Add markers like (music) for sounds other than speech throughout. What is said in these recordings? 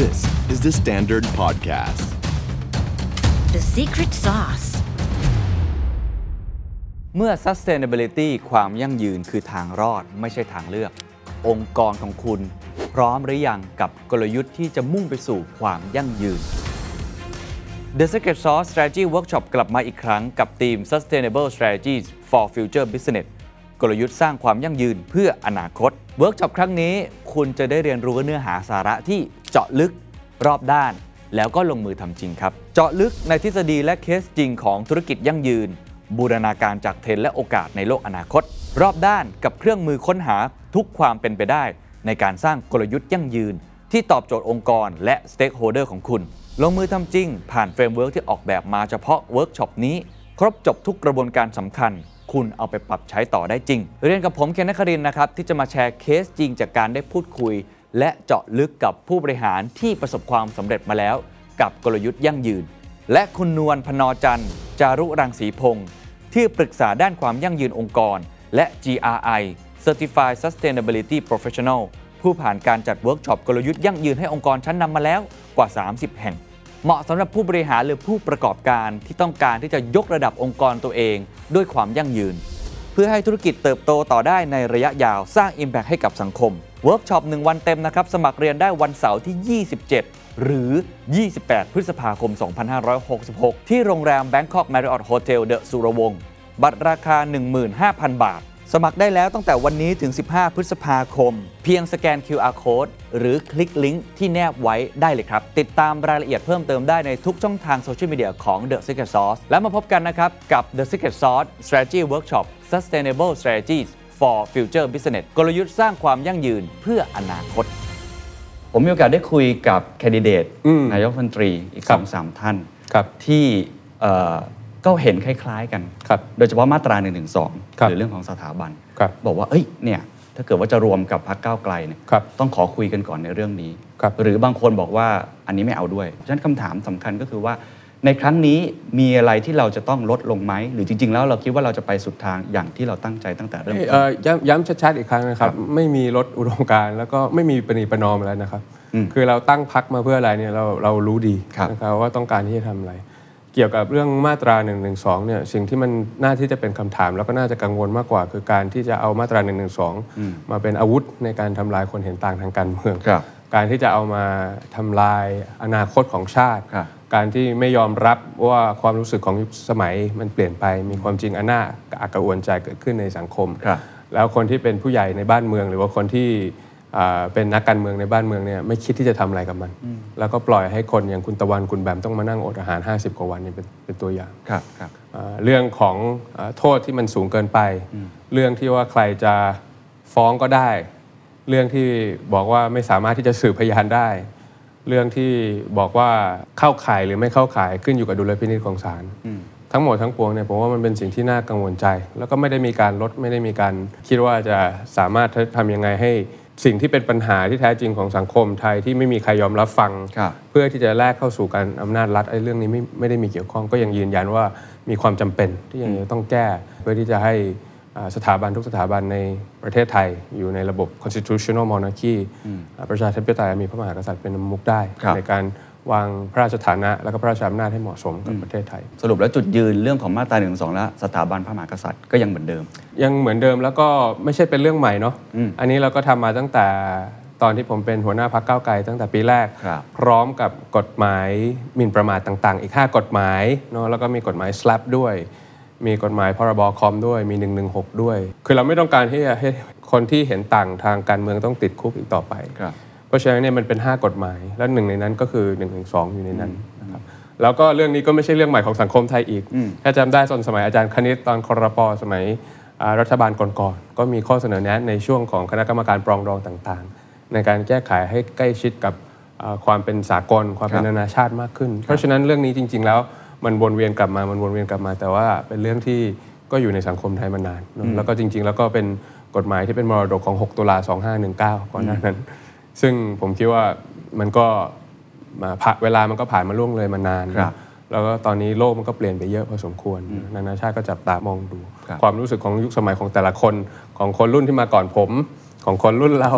This is the Standard Podcast. The secret sauce. เมื่อ sustainability ความยั่งยืนคือทางรอดไม่ใช่ทางเลือก องค์กรของคุณ พร้อมหรือยังกับกลยุทธ์ที่จะมุ่งไปสู่ความยั่งยืน The Secret Sauce Strategy Workshop กลับมาอีกครั้งกับทีม Sustainable Strategies for Future Business กลยุทธ์สร้างความยั่งยืนเพื่ออนาคต เวิร์กช็อปครั้งนี้ คุณจะได้เรียนรู้เนื้อหาสาระที่เจาะลึกรอบด้าน แล้วก็ลงมือทำจริงครับ เจาะลึกในทฤษฎีและเคสจริงของธุรกิจยั่งยืน บูรณาการจากเทรนด์และโอกาสในโลกอนาคต รอบด้านกับเครื่องมือค้นหาทุกความเป็นไปได้ ในการสร้างกลยุทธ์ยั่งยืน ที่ตอบโจทย์องค์กรและสเต็กโฮเดอร์ของคุณ ลงมือทำจริง ผ่านเฟรมเวิร์กที่ออกแบบมาเฉพาะเวิร์กช็อปนี้ ครบจบทุกกระบวนการสำคัญ คุณเอาไปปรับใช้ต่อได้จริง เรียนกับผมเคนนักครินทร์นะครับ ที่จะมาแชร์เคสจริงจากการได้พูดคุย และเจาะลึกกับผู้บริหารที่ประสบความสำเร็จมาแล้ว กับกลยุทธ์ยั่งยืน และคุณนวลพนอจันทร์ จารุรังสีพงศ์ที่ปรึกษาด้านความยั่งยืนองค์กร และ GRI Certified Sustainability Professional ผู้ผ่านการจัดเวิร์กช็อปกลยุทธ์ยั่งยืนให้องค์กรชั้นนำมาแล้วกว่า 30 แห่ง เหมาะสำหรับผู้บริหารหรือผู้ประกอบการที่ต้องการที่จะยกระดับองค์กรตัวเอง ด้วยความยั่งยืน เพื่อให้ธุรกิจเติบโตต่อได้ในระยะยาวสร้าง Impact ให้กับสังคม เวิร์กช็อป 1 วันเต็มนะครับ สมัครเรียนได้วันเสาร์ที่ 27 หรือ 28 พฤษภาคม 2566 ที่โรงแรม Bangkok Marriott Hotel The สุรวงศ์บัตรราคา 15,000 บาท สมัครได้แล้วตั้งแต่วันนี้ถึง 15 พฤษภาคม เพียงสแกน QR Code หรือคลิกลิงก์ที่แนบไว้ได้เลยครับ ติดตามรายละเอียดเพิ่มเติมได้ในทุกช่องทางโซเชียลมีเดียของ The Secret Sauce แล้วมาพบกันนะครับ กับ The Secret Sauce Strategy Workshop Sustainable Strategies for Future Business กลยุทธ์สร้างความยั่งยืนเพื่ออนาคต ผมมีโอกาสได้คุยกับแคนดิเดต อืม นายกรัฐมนตรีอีก ค ส รับ องสามท่าน ครับ ที่เอ่อก็เห็นคล้ายๆกัน ครับ โดยเฉพาะมาตรา1นึ ครับ หรือเรื่องของสถาบัน ครับ บอกว่า เอ้ย เนี่ย ถ้าเกิดว่าจะรวมกับพรรคก้าวไกลเนี่ย ครับ ต้องขอคุยกันก่อนในเรื่องนี้ ครับ หรือบางคนบอกว่าอันนี้ไม่เอาด้วย ฉะนั้นคำถามสำคัญก็คือว่า ในครั้งนี้มีอะไรที่เราจะต้องลดลงไหม หรือจริง ๆ แล้วเราคิดว่าเราจะไปสุดทางอย่างที่เราตั้งใจตั้งแต่เริ่มต้น เอ่อย้ำย้ำชัดๆอีกครั้งนะครับ ไม่มีลดอุดมการณ์แล้วก็ไม่มีปณีประนอมอะไรนะครับ อืม คือเราตั้งพักมาเพื่ออะไรเนี่ยเราเรารู้ดี ครับ นะครับว่าต้องการที่จะทำอะไร เกี่ยวกับเรื่องมาตรา1นึเนี่ยสิ่งที่มันน่าที่จะเป็นคำถาม แล้วก็น่าจะกังวลมากกว่า คือการที่จะเอามาตรา1นึมาเป็นอาวุธในการทำลายคนเห็นต่างทางการเมือง ครับ การที่จะเอามาทำลายอนาคตของชาติ ครับ การที่ไม่ยอมรับว่าความรู้สึกของยุคสมัยมันเปลี่ยนไป มีความจริงอันน่าอักกระอวนใจเกิดขึ้นในสังคม ครับ แล้วคนที่เป็นผู้ใหญ่ในบ้านเมือง หรือว่าคนที่อ่าเป็นนักการเมืองในบ้านเมืองเนี่ยไม่คิดที่จะทำอะไรกับมัน แล้วก็ปล่อยให้คนอย่างคุณตะวันคุณแบมต้องมานั่งอดอาหาร 50 กว่าวันเนี่ยเป็นเป็นตัวอย่าง ครับครับ อ่าเรื่องของอาโทษที่มันสูงเกินไป เรื่องที่ว่าใครจะฟ้องก็ได้ เรื่องที่บอกว่าไม่สามารถที่จะสืบพยานได้ เรื่องที่บอกว่าเข้าข่ายหรือไม่เข้าข่ายขึ้นอยู่กับดุลพินิจของศาลทั้งหมดทั้งปวงเนี่ยผมว่ามันเป็นสิ่งที่น่ากังวลใจ แล้วก็ไม่ได้มีการลดไม่ได้มีการคิดว่าจะสามารถทำยังไงให้สิ่งที่เป็นปัญหาที่แท้จริงของสังคมไทยที่ไม่มีใครยอมรับฟัง ครับ เพื่อที่จะแลกเข้าสู่การอำนาจรัฐไอ้เรื่องนี้ไม่ไม่ได้มีเกี่ยวข้องก็ยังยืนยันว่ามีความจำเป็นที่ยังจะต้องแก้ เพื่อที่จะให้อ่าสถาบันทุกสถาบันในประเทศไทย อยู่ในระบบ constitutional monarchy อ่าประชาธิปไตยมีพระมหากษัตริย์เป็นประมุขได้ ครับ ในการวางพระราชฐานะ และก็พระราชอำนาจให้เหมาะสมกับประเทศไทย สรุปแล้วจุดยืนเรื่องของมาตรา1นึและสถาบันพระมหากษัตริย์ก็ยังเหมือนเดิม ยังเหมือนเดิมแล้วก็ไม่ใช่เป็นเรื่องใหม่เนาะ อันนี้เราก็ทำมาตั้งแต่ตอนที่ผมเป็นหัวหน้าพักเก้าวไกลตั้งแต่ปีแรก ครับ พร้อมกับกฎหมายหมิ่นประมาทต่าง ๆ อีก 5 กฎหมายเนาะแล้วก็มีกฎหมาย slap ด้วย มีกฎหมายพรบคอมด้วยมี 116 ด้วย คือเราไม่ต้องการที่จะให้คนที่เห็นต่างทางการเมืองต้องติดคุกอีกต่อไป ครับ เพราะฉะนั้นเนี่ยมันเป็น 5 กฎหมาย และหนึ่งในนั้นก็คือ1นึอยู่ในนั้นนะครับแล้วก็เรื่องนี้ก็ไม่ใช่เรื่องใหม่ของสังคมไทยอีก ถ้าจำได้ตอนสมัยอาจารย์คณิตตอนคอรปอสมัยอ่ารัฐบาลก่อนๆก็มีข้อเสนอแนะในช่วงของคณะกรรมการปรองดองต่างๆ ในการแก้ไขให้ใกล้ชิดกับอ่าความเป็นสากล ความเป็ คนรับ นานาชาติมากขึ้น เพราะฉะนั้นเรื่องนี้จริง ๆ แล้วมันวนเวียนกลับมามันวนเวียนกลับมา แต่ว่าเป็นเรื่องที่ก็อยู่ในสังคมไทยมานานเนอะแล้วก็จริง ๆ แล้วก็เป็นกฎหมายที่เป็นมรดกของ 6 ตุลา 2519 ก่อนหน้านั้น ซึ่งผมคิดว่ามันก็มาผ่าเวลามันก็ผ่านมาล่วงเลยมานาน ครับ แล้วก็ตอนนี้โลกมันก็เปลี่ยนไปเยอะพอสมควร นานาชาติก็จับตามองดู ครับ ความรู้สึกของยุคสมัยของแต่ละคนของคนรุ่นที่มาก่อนผม ของคนรุ่นเรา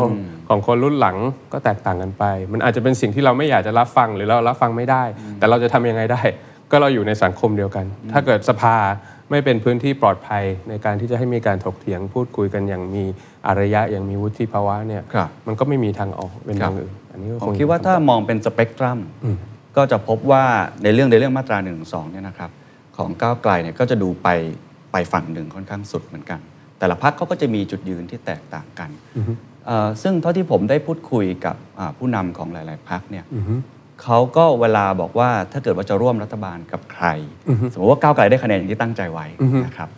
ของคนรุ่นหลังก็แตกต่างกันไป มันอาจจะเป็นสิ่งที่เราไม่อยากจะรับฟังหรือเรารับฟังไม่ได้ แต่เราจะทำยังไงได้ ก็เราอยู่ในสังคมเดียวกัน ถ้าเกิดสภาไม่เป็นพื้นที่ปลอดภัยในการที่จะให้มีการถกเถียงพูดคุยกันอย่างมีอารยะอย่างมีวุฒิภาวะเนี่ย ครับ มันก็ไม่มีทางออกเป็น ครั ทา บ งอื่นอันนี้ก็ ผ ค ม ง คิดว่าถ้ามองเป็นสเปกตรัมก็จะพบว่าในเรื่องในเรื่องมาตรา1นึเนี่ยนะครับของก้าวไกลเนี่ยก็จะดูไปไปฝั่งหนึ่งค่อนข้างสุดเหมือนกัน แต่ละพรรคเขาก็จะมีจุดยืนที่แตกต่างกันเอ่อซึ่งเท่าที่ผมได้พูดคุยกับอ่าผู้นำของหลาย ๆพรรคเนี่ยเขาก็เวลาบอกว่าถ้าเกิดว่าจะร่วมรัฐบาลกับใคร สมมติว่าก้าวไกลได้คะแนนอย่างที่ตั้งใจไว้ อือฮึ นะครับ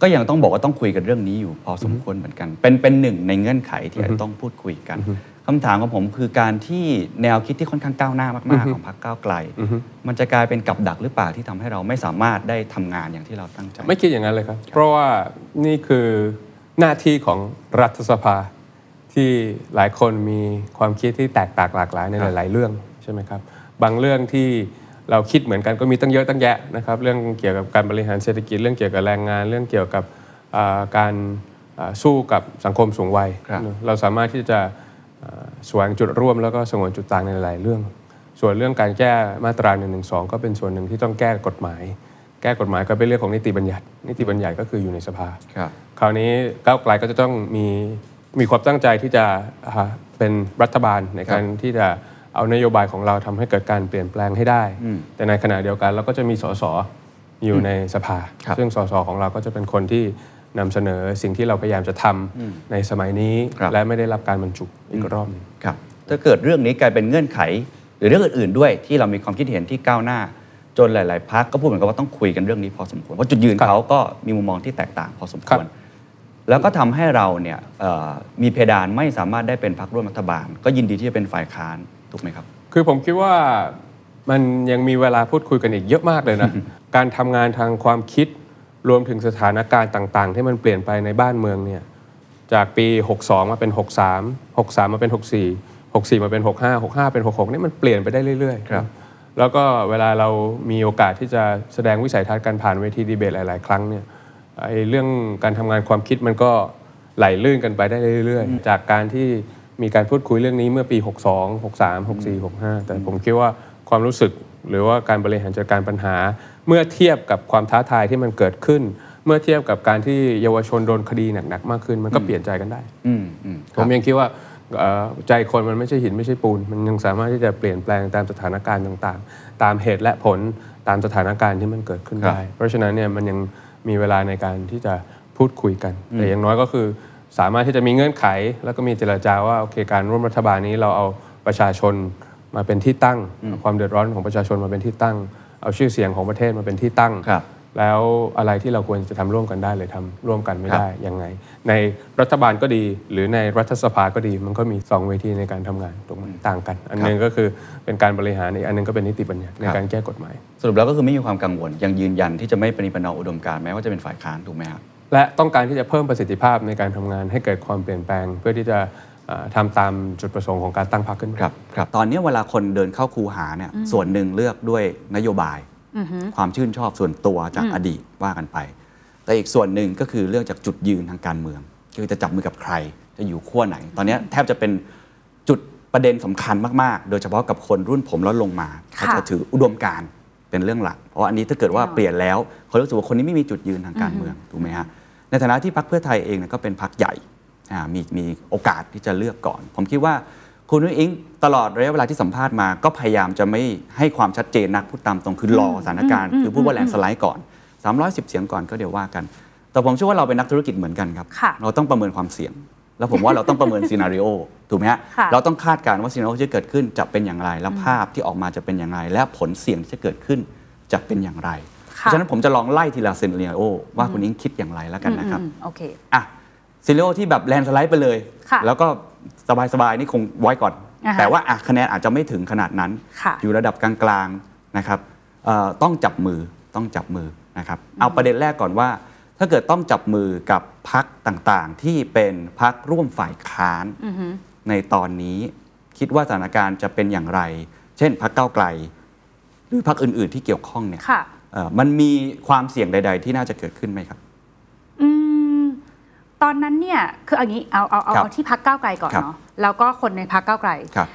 ก็ยังต้องบอกว่าต้องคุยกันเรื่องนี้อยู่พอสมควรเหมือนกัน เป็นเป็นหนึ่งในเงื่อนไขที่อาจจะต้องพูดคุยกันคำถามของผมคือการที่แนวคิดที่ค่อนข้างก้าวหน้ามากๆของพรรคก้าวไกล มันจะกลายเป็นกับดักหรือเปล่าที่ทำให้เราไม่สามารถได้ทำงานอย่างที่เราตั้งใจ ไม่คิดอย่างนั้นเลยครับ เพราะว่านี่คือหน้าที่ของรัฐสภาที่หลายคนมีความคิดที่แตกต่างหลากหลายในหลาย ๆ เรื่องใช่ไหมครับ บางเรื่องที่เราคิดเหมือนกันก็มีตั้งเยอะตั้งแยะนะครับ เรื่องเกี่ยวกับการบริหารเศรษฐกิจ เรื่องเกี่ยวกับแรงงาน เรื่องเกี่ยวกับอ่าการอ่าสู้กับสังคมสูงวัย ครับ เราสามารถที่จะเอ่อแสวงจุดร่วมแล้วก็สงวนจุดต่างในหลายๆเรื่อง ส่วนเรื่องการแก้มาตรา1นึก็เป็นส่วนหนึ่งที่ต้องแก้กฎหมาย แก้กฎหมายก็เป็นเรื่องของนิติบัญญัติ นิติบัญญัติก็คืออยู่ในสภา ครับ คราวนี้ก้าวไกลก็จะต้องมีมีความตั้งใจที่จะอ่าเป็นรัฐบาลในการที่จะเอานโยบายของเราทำให้เกิดการเปลี่ยนแปลงให้ได้ อืม แต่ในขณะเดียวกันเราก็จะมีสสอยู่ในสภา ครับ ซึ่งสสของเราก็จะเป็นคนที่นำเสนอสิ่งที่เราพยายามจะทำในสมัยนี้และไม่ได้รับการบรรจุอีกรอบหนึ่ง ครับถ้าเกิดเรื่องนี้กลายเป็นเงื่อนไข หรือเรื่องอื่นๆด้วยที่เรามีความคิดเห็นที่ก้าวหน้า จนหลาย ๆพักก็พูดเหมือนกับว่าต้องคุยกันเรื่องนี้พอสมควรเพราะจุดยืนเขาก็มีมุมมองที่แตกต่างพอสมค ครั วร บ แล้วก็ทำให้เราเนี่ยเอ่อมีเพดานไม่สามารถได้เป็นพักร่วมรัฐบาล ก็ยินดีที่จะเป็นฝ่ายค้านถูกไหมครับ คือผมคิดว่ามันยังมีเวลาพูดคุยกันอีกเยอะมากเลย (laughs) นะ การทำงานทางความคิดรวมถึงสถานการณ์ต่าง ๆ ที่มันเปลี่ยนไปในบ้านเมืองเนี่ยจากปี 62 มาเป็น 63 63 มาเป็น 64 64 มาเป็น 65 65 เป็น 66เนี่ยมันเปลี่ยนไปได้เรื่อยๆ ครับ แล้วก็เวลาเรามีโอกาสที่จะแสดงวิสัยทัศน์การผ่านเวทีดีเบตหลาย ๆ ครั้งเนี่ยไอ้เรื่องการทำงานความคิดมันก็ไหลลื่นกันไปได้เรื่อย ๆ จากการที่มีการพูดคุยเรื่องนี้เมื่อปี 62 63 64 65 แต่ผมคิดว่าความรู้สึกหรือว่าการบริหารจัดการปัญหา เมื่อเทียบกับความท้าทายที่มันเกิดขึ้น เมื่อเทียบกับการที่เยาวชนโดนคดีหนักๆมากขึ้นมันก็เปลี่ยนใจกันได้ อืมอืมค ผ รับ มยังคิดว่าเอ่อใจคนมันไม่ใช่หินไม่ใช่ปูน มันยังสามารถที่จะเปลี่ยนแปลงตามสถานการณ์ต่างๆ ตามเหตุและผลตามสถานการณ์ที่มันเกิดขึ้น ครับ ได้ เพราะฉะนั้นเนี่ยมันยังมีเวลาในการที่จะพูดคุยกัน แต่อย่างน้อยก็คือสามารถที่จะมีเงื่อนไข แล้วก็มีเจรจาว่าโอเคการร่วมรัฐบาลนี้เราเอาประชาชนมาเป็นที่ตั้งเอาความเดือดร้อนของประชาชนมาเป็นที่ตั้ง เอาชื่อเสียงของประเทศมาเป็นที่ตั้ง ครับ แล้วอะไรที่เราควรจะทำร่วมกันได้หรือทำร่วมกันไม่ได้ยังไง ในรัฐบาลก็ดี หรือในรัฐสภาก็ดี มันก็มี 2 เวทีในการทำงานตรงต่างกัน อันหนึงก็คือเป็นการบริหารอีกอันหนึงก็เป็นนิติบัญญัติใน ครับ การแก้กฎหมาย สรุปแล้วก็คือไม่มีความกังวล ยังยืนยันที่จะไม่ปฏิปนอมอุดมการณ์แม้ว่าจะเป็นฝ่ายค้านถูกไหมครับ และต้องการที่จะเพิ่มประสิทธิภาพในการทำงานให้เกิดความเปลี่ยนแปลง เพื่อที่จะเอ่อทำตามจุดประสงค์ของการตั้งพรรคขึ้นมา ครับครับตอนนี้เวลาคนเดินเข้าคูหาเนี่ยส่วนหนึ่งเลือกด้วยนโยบาย ความชื่นชอบส่วนตัวจากอดีตว่ากันไป แต่อีกส่วนหนึ่งก็คือเรื่องจากจุดยืนทางการเมือง คือจะจับมือกับใครจะอยู่ขั้วไหน ตอนนี้แทบจะเป็นจุดประเด็นสำคัญมากๆ โดยเฉพาะกับคนรุ่นผมแล้วลงมา ค่ะ เขาจะถืออุดมการณ์เป็นเรื่องหลัก เพราะว่าอันนี้ถ้าเกิดว่า แน่นอน เปลี่ยนแล้วเขารู้สึกว่าคนนี้ไม่มีจุดยืนทางการเมืองถูกไหมฮะในฐานะที่พรรคเพื่อไทยเองเนี่ยก็เป็นพรรคใหญ่ อ่ามีมีโอกาสที่จะเลือกก่อน ผมคิดว่าคุณนุ้ยอิงตลอดระยะเวลาที่สัมภาษณ์มา ก็พยายามจะไม่ให้ความชัดเจนนักพูดตามตรงคือรอสถานการณ์ คือพูดว่าแลนด์สไลด์ก่อน 310 เสียงก่อนก็เดี๋ยวว่ากัน แต่ผมเชื่อว่าเราเป็นนักธุรกิจเหมือนกันครับ ค่ะ เราต้องประเมินความเสี่ยง แล้วผมว่าเราต้องประเมินซีนารีโอถูกไหมฮะ ค่ะ เราต้องคาดการณ์ว่าซีนารีโอที่จะเกิดขึ้นจะเป็นอย่างไร และภาพที่ออกมาจะเป็นอย่างไร และผลเสี่ยงที่จะเกิดขึ้นจะเป็นอย่างไร เพ ค่ะ ราะฉะนั้นผมจะลองไล่ทีละซีนารีโอว่าคุณอิงคิดอย่างไรแล้วกันนะครับ อืมอืมโอเค อ่ะซีเรียลที่แบบแลนด์สไลด์ไปเลย ค่ะ แล้วก็สบาย ๆ นี่คงไว้ก่อน อ่าฮะ แต่ว่าอ่ะคะแนนอาจจะไม่ถึงขนาดนั้น ค่ะ อยู่ระดับกลางๆนะครับเอ่อต้องจับมือต้องจับมือนะครับเอาประเด็นแรกก่อนว่า ถ้าเกิดต้องจับมือกับพักต่างๆ ที่เป็นพักร่วมฝ่ายค้านในตอนนี้ คิดว่าสถานการณ์จะเป็นอย่างไร เช่นพักเก้าวไกล หรือพักอื่น ๆ ที่เกี่ยวข้องเนี่ย ค่ะ เอ่อมันมีความเสี่ยงใด ๆ ที่น่าจะเกิดขึ้นไหมครับ อืม ตอนนั้นเนี่ยคือเอางี้เอาเอาเอา ครับ เอาที่พักก้าวไกลก่อน ครับ เนาะแล้วก็คนในพักก้าวไกล ครับ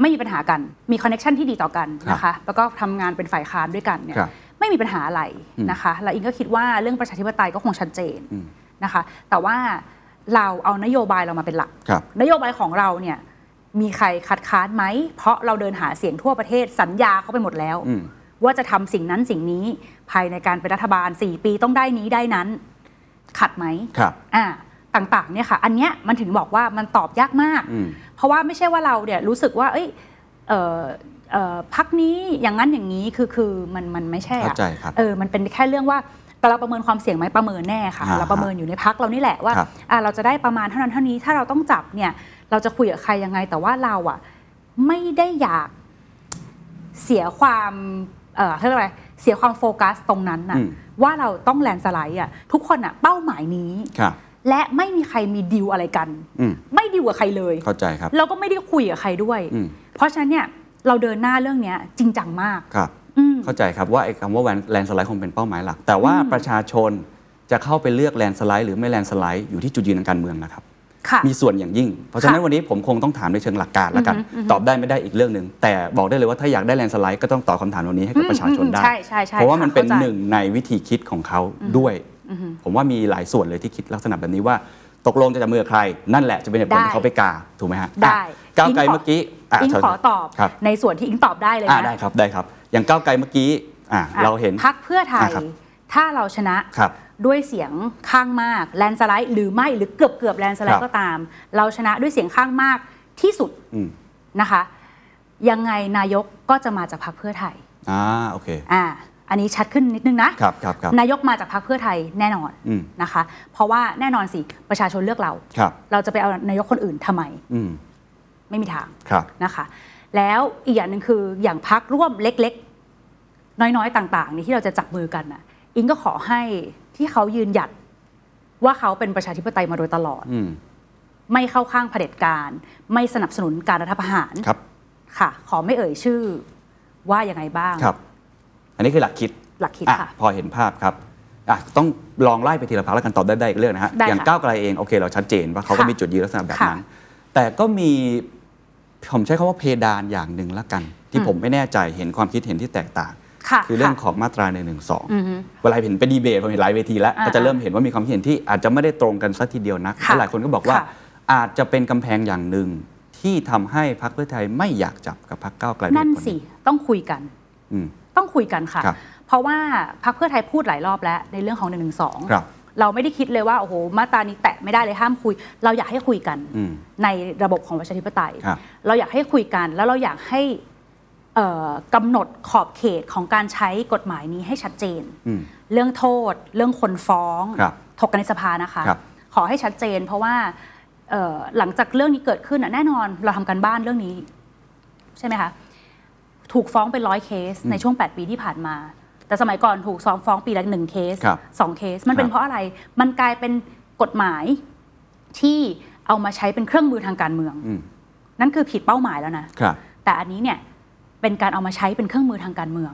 ไม่มีปัญหากัน มีคอนเน t ชันที่ดีต่อกันนะ ครั คะ บ แล้วก็ทำงานเป็นฝ่ายค้านด้วยกันเนี่ย ครับ ไม่มีปัญหาอะไร อืม นะคะ แล้วอิงก็คิดว่าเรื่องประชาธิปไตยก็คงชัดเจน อืม นะคะ แต่ว่าเราเอานโยบายเรามาเป็นหลัก ครับ นโยบายของเราเนี่ยมีใครคัดค้านไหม เพราะเราเดินหาเสียงทั่วประเทศสัญญาเขาไปหมดแล้ว อืม ว่าจะทำสิ่งนั้นสิ่งนี้ภายในการเป็นรัฐบาล 4 ปีต้องได้นี้ได้นั้น ขัดไหม ครับ อ่าต่างๆเนี่ยค่ะ อันเนี้ยมันถึงบอกว่ามันตอบยากมาก อืม เพราะว่าไม่ใช่ว่าเราเนี่ยรู้สึกว่า เอ้ยเอ่อเอ่อพักนี้อย่างนั้นอย่างนี้คือคือมันมันไม่ใช่อะ เข้าใจครับ เออมันเป็นแค่เรื่องว่าแต่เราประเมินความเสี่ยงไหมประเมินแน่ค่ะ อ่า เราประเมินอยู่ในพักเรานี่แหละว่า ครับ อ่ะเราจะได้ประมาณเท่านั้นเท่านี้ถ้าเราต้องจับเนี่ย เราจะคุยกับใครยังไง แต่ว่าเราอ่ะไม่ได้อยากเสียความเอ่อเขาเรียกว่าอะไรเสียความโฟกัสตรงนั้นน่ะ อืม ว่าเราต้องแลนด์สไลด์อ่ะทุกคนอ่ะเป้าหมายนี้ ครับ และไม่มีใครมีดีลอะไรกัน อืม ไม่ดีลกับใครเลย เข้าใจครับ เราก็ไม่ได้คุยกับใครด้วย อืม เพราะฉะนั้นเนี่ยเราเดินหน้าเรื่องเนี้ยจริงจังมาก ครับ อืม เข้าใจครับว่าไอ้คำว่าแลนสไลด์คงเป็นเป้าหมายหลัก แต่ว่าประชาชนจะเข้าไปเลือกแลนสไลด์หรือไม่แลนสไลด์อยู่ที่จุดยืนทางการเมืองนะครับ ค่ะ มีส่วนอย่างยิ่ง เพราะฉะนั้น ค่ะ วันนี้ผมคงต้องถามในเชิงหลักการแล้วกัน อือฮึอือฮึ ตอบได้ไม่ได้อีกเรื่องหนึ่ง แต่บอกได้เลยว่าถ้าอยากได้แลนสไลด์ก็ต้องตอบคำถามเหล่านี้ให้กับ อืม ประชาชนได้ ใช่ใช่ใช่ เพราะว่ามันเป็น เข้าใจ หนึ่งในวิธีคิดของเขาด้วย ผมว่ามีหลายส่วนเลยที่คิดลักษณะแบบนี้ว่า ตกลงจะจับมือกับใคร นั่นแหละจะเป็นเหตุผล ได้ ที่เขาไปกา ถูกไหมฮะ ได้ อ่ะก้าวไกล งข เมื่อกี้ะ อิง เชิญ ขอตอบ ครับ ในส่วนที่อิงตอบได้เลย อ่า นะ ได้ครับได้ครับ อย่างก้าวไกลเมื่อกี้อ่า อ่ะ เราเห็น พักเพื่อไทย อ่ะครับ ถ้าเราชนะครับ ด้วยเสียงข้างมากแลนสไลด์หรือไม่หรือเกือบเกือบแลนสไล ครับ ด์ก็ตาม เราชนะด้วยเสียงข้างมากที่สุด อืม นะคะ ยังไงนายกก็จะมาจากพักเพื่อไทย อ่าโอเค อ่าอันนี้ชัดขึ้นนิดนึงนะ ครับครับครับ นายกมาจากพรรคเพื่อไทยแน่นอน อืม นะคะ เพราะว่าแน่นอนสิประชาชนเลือกเรา ครับ เราจะไปเอานายกคนอื่นทำไม อืม ไม่มีทาง ครับ นะคะ แล้วอีกอย่างหนึ่งคืออย่างพักร่วมเล็กๆ น้อยๆต่างๆนี่ที่เราจะจับมือกันนะอิงก็ขอให้ที่เขายืนหยัดว่าเขาเป็นประชาธิปไตยมาโดยตลอด อืม ไม่เข้าข้างเผด็จการ ไม่สนับสนุนการรัฐประหาร ครับ ค่ะ ขอไม่เอ่ยชื่อว่ายังไงบ้าง ครับ อันนี้คือหลักคิด หลักคิด อ่ะ ค่ะ พอเห็นภาพครับอ่ะต้องลองไล่ไปทีละพักแล้วกันตอบได้ได้อีกเรื่องนะฮะ ได้ค่ะ อย่างก้าวไกลเองโอเค เราชัดเจนว่าเขาก็ ค่ะ มีจุดยืนลักษณะแบบ ค่ะ นั้น แต่ก็มีผมใช้คาว่าเพดานอย่างหนึ่งละกัน ที่ อืม ผมไม่แน่ใจเห็นความคิดเห็นที่แตกต่าง ค่ะ คือเรื่อง ะ ของมาตรา1นึงหนึ่งสอง อือฮึ เวลาเห็นเป็นดีเบตผมเห็นหลายเวทีแล้ว อ่า ก็จะเริ่มเห็นว่ามีความคิดเห็นที่อาจจะไม่ได้ตรงกันสักทีเดียวนัก ค่ะ และหลายคนก็บอกว่า ค่ะ อาจจะเป็นกำแพงอย่างหนึ่งที่ทำให้พรรคเพื่อไทยไม่อยากจับกับพรรคก้าวไกลด้วย นั่น ค สิต้องคุยกัน อืม ต้องคุยกันค่ะ ครับ เพราะว่าพักเพื่อไทยพูดหลายรอบแล้วในเรื่องของ1นึ ครับ เราไม่ได้คิดเลยว่าโอ้โหมาตรานี้แตะไม่ได้เลยห้ามคุย เราอยากให้คุยกัน อืม ในระบบของประชาธิปไตย ครับ เราอยากให้คุยกันแล้วเราอยากให้เอ่อกำหนดขอบเขตของการใช้กฎหมายนี้ให้ชัดเจน อืม เรื่องโทษ เรื่องคนฟ้อง ครับ ถกกันในสภานะคะ ครับ ขอให้ชัดเจน เพราะว่าเอ่อหลังจากเรื่องนี้เกิดขึ้นน่ะแน่นอนเราทำกันบ้านเรื่องนี้ ใช่ไหมคะถูกฟ้องเป็นร้อยเคส ในช่วง 8 ปีที่ผ่านมา แต่สมัยก่อนถูกซ้องฟ้องปีละหนึ่งเคส ครับ สองเคส มันเป็ ครั น บ เพราะอะไรมันกลายเป็นกฎหมายที่เอามาใช้เป็นเครื่องมือทางการเมือง อืม นั่นคือผิดเป้าหมายแล้วนะ ครับ แต่อันนี้เนี่ยเป็นการเอามาใช้เป็นเครื่องมือทางการเมือง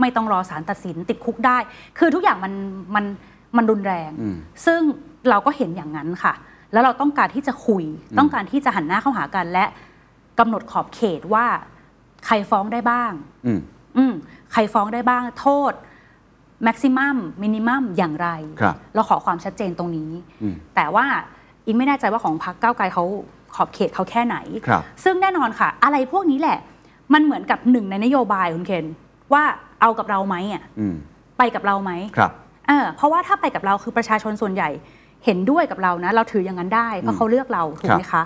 ไม่ต้องรอสารตัดสินติดคุกได้ คือทุกอย่างมันมันมันรุนแรง อืม ซึ่งเราก็เห็นอย่างนั้นค่ะ แล้วเราต้องการที่จะคุย ต้องการที่จะหันหน้าเข้าหากันและกำหนดขอบเขตว่าใครฟ้องได้บ้าง อืม อืมใครฟ้องได้บ้างโทษแม็กซิมัมมินิมัมอย่างไร ครับ เราขอความชัดเจนตรงนี้ อืม แต่ว่าอิงไม่แน่ใจว่าของพรรคก้าวไกลเขาขอบเขตเขาแค่ไหน ครับ ซึ่งแน่นอนค่ะ อะไรพวกนี้แหละ มันเหมือนกับหนึ่งในนโยบายคุณเคนว่าเอากับเราไหมอ่ะ อืม ไปกับเราไหม ครับ เออเพราะว่าถ้าไปกับเราคือประชาชนส่วนใหญ่เห็นด้วยกับเรานะ เราถืออย่างนั้นได้เพราะเขาเลือกเราถูกไหมคะ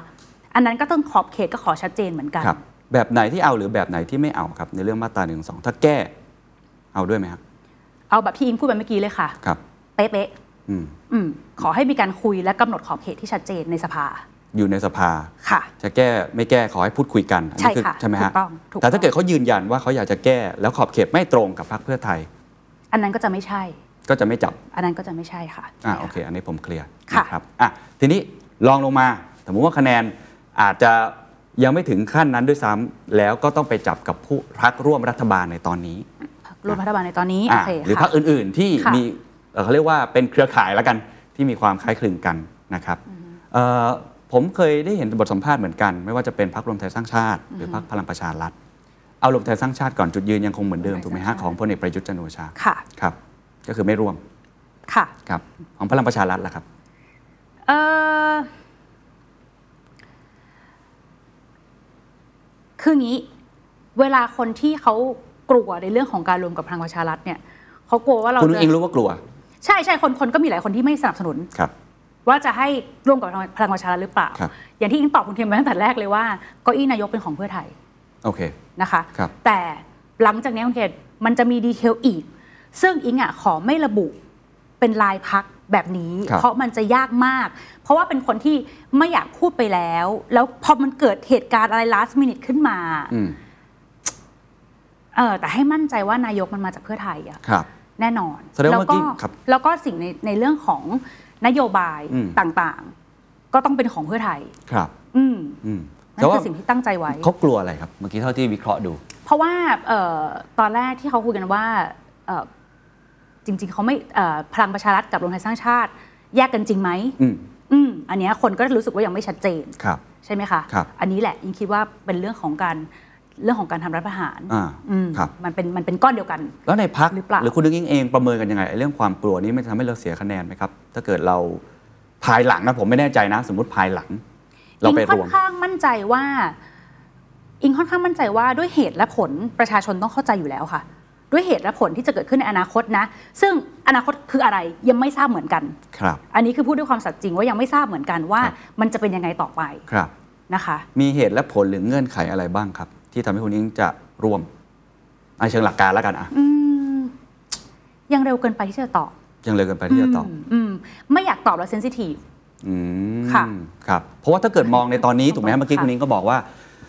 อันนั้นก็ต้องขอบเขตก็ขอชัดเจนเหมือนกัน ครับ แบบไหนที่เอาหรือแบบไหนที่ไม่เอาครับ ในเรื่องมาตราหนึ่งสองถ้าแก้เอาด้วยไหมครับ เอาแบบที่อิงพูดไปเมื่อกี้เลยค่ะ ครับ เป๊ะๆ อืม อืมขอให้มีการคุยและกำหนดขอบเขตที่ชัดเจนในสภา อยู่ในสภา ค่ะ จะแก้ไม่แก้ขอให้พูดคุยกันอันนี้ ใช่ค่ะ ใช่ไหมฮะ ถูกต้องถูกต้อง แต่ถ้าเกิดเขายืนยันว่าเขาอยากจะแก้แล้วขอบเขตไม่ตรงกับพรรคเพื่อไทย อันนั้นก็จะไม่ใช่ ก็จะไม่จับ อันนั้นก็จะไม่ใช่ค่ะ อ่า ใช่ โอ ค่ะ เค อันนี้ผมเคลียร์ ค่ะ นะครับอ่ะทีนี้ลองลงมาสมมติว่าคะแนนอาจจะยังไม่ถึงขั้นนั้นด้วยซ้ำแล้วก็ต้องไปจับกับผู้พักร่วมรัฐบาลในตอนนี้ พรรครวมรัฐบาลในตอนนี้ อ่ะ โอเค หรือ ค่ะ พักอื่นๆที่ ค่ะ มีเอ่อเขาเรียกว่าเป็นเครือข่ายแล้วกันที่มีความคล้ายคลึงกัน นะครับเอ่อผมเคยได้เห็นบทสัมภาษณ์เหมือนกัน ไม่ว่าจะเป็นพักรวมไทยสร้างชาติ หรือพักพลังประชารัฐเอารวมไทยสร้างชาติก่อนจุดยืนยังคงเหมือนเดิมถูกไหมฮะของพลเอกประยุทธ์จันทร์โอชา ค่ะ ครับ ก็คือไม่ร่วม ค่ะ ครับของพลังประชารัฐล่ะครับ เอ่อคืองี้ เวลาคนที่เขากลัวในเรื่องของการรวมกับพลังประชารัฐเนี่ยเขากลัวว่าเรา คุณอุ้ง จะ อิงรู้ว่ากลัว ใช่ใช่คนคนก็มีหลายคนที่ไม่สนับสนุน ครับ ว่าจะให้ร่วมกับพลังประชารัฐหรือเปล่า ครับ อย่างที่อิงตอบคุณเทียมมาตั้งแต่แรกเลยว่าเก้าอี้นายกเป็นของเพื่อไทย โอเค นะคะ ครับ แต่หลังจากนี้คุณเทียมมันจะมีดีเทลอีก ซึ่งอิงอ่ะขอไม่ระบุเป็นลายพักแบบนี้ ครับ เพราะมันจะยากมาก เพราะว่าเป็นคนที่ไม่อยากพูดไปแล้ว แล้วพอมันเกิดเหตุการณ์อะไร last minute ขึ้นมา อืม เออแต่ให้มั่นใจว่านายกมันมาจากเพื่อไทยอะ ครับ แน่นอน แสดงว่า ก็ เมื่อกี้ครับ แล้วก็สิ่งในในเรื่องของนโยบาย อืม ต่างๆ ก็ต้องเป็นของเพื่อไทย ครับ อืม อืม นั่นคือสิ่งที่ตั้งใจไว้ เขากลัวอะไรครับเมื่อกี้เท่าที่วิเคราะห์ดู เพราะว่าเอ่อตอนแรกที่เขาคุยกันว่าเอ่อจริง ๆเขาไม่เอ่อพลังประชารัฐกับรวมไทยสร้างชาติ แยกกันจริงไหม อืม อืมอันเนี้ยคนก็รู้สึกว่ายังไม่ชัดเจน ครับ ใช่ไหมคะ ครับ อันนี้แหละยิงคิดว่าเป็นเรื่องของการเรื่องของการทำรัฐประหาร อ่า อืม ครับ มัน เป็นมันเป็นก้อนเดียวกัน แล้วในพัก หรือเปล่า หรือคุณนึงอิงเองประเมินกันยังไงไอ้เรื่องความกลัวนี้มันทำให้เราเสียคะแนนไหมครับ ถ้าเกิดเราภายหลังนะผมไม่แน่ใจนะ สมมติภายหลัง เราไป อิงค่ ร อ วม นข้างมั่นใจว่า อิงค่อนข้างมั่นใจว่าด้วยเหตุและผลประชาชนต้องเข้าใจอยู่แล้วค่ะ ด้วยเหตุและผลที่จะเกิดขึ้นในอนาคตนะ ซึ่งอนาคตคืออะไรยังไม่ทราบเหมือนกัน ครับ อันนี้คือพูดด้วยความสัตย์จริงว่ายังไม่ทราบเหมือนกันว่า ครับ มันจะเป็นยังไงต่อไป ครับ นะคะ มีเหตุและผลหรือเงื่อนไขอะไรบ้างครับ ที่ทำให้คุณอิงจะร่วมในเชิงหลักการแล้วกันอ่ะ อืมยังเร็วเกินไปที่จะตอบ ยังเลยเกินไปที่จะตอบ มอืมไม่อยากตอบแล้วเซนซิทีฟ อืม ค่ะ ครับ เพราะว่าถ้าเกิดมองในตอนนี้ถูกไหมฮะเมื่อกี้ ค่ะ คุณอิงก็บอกว่า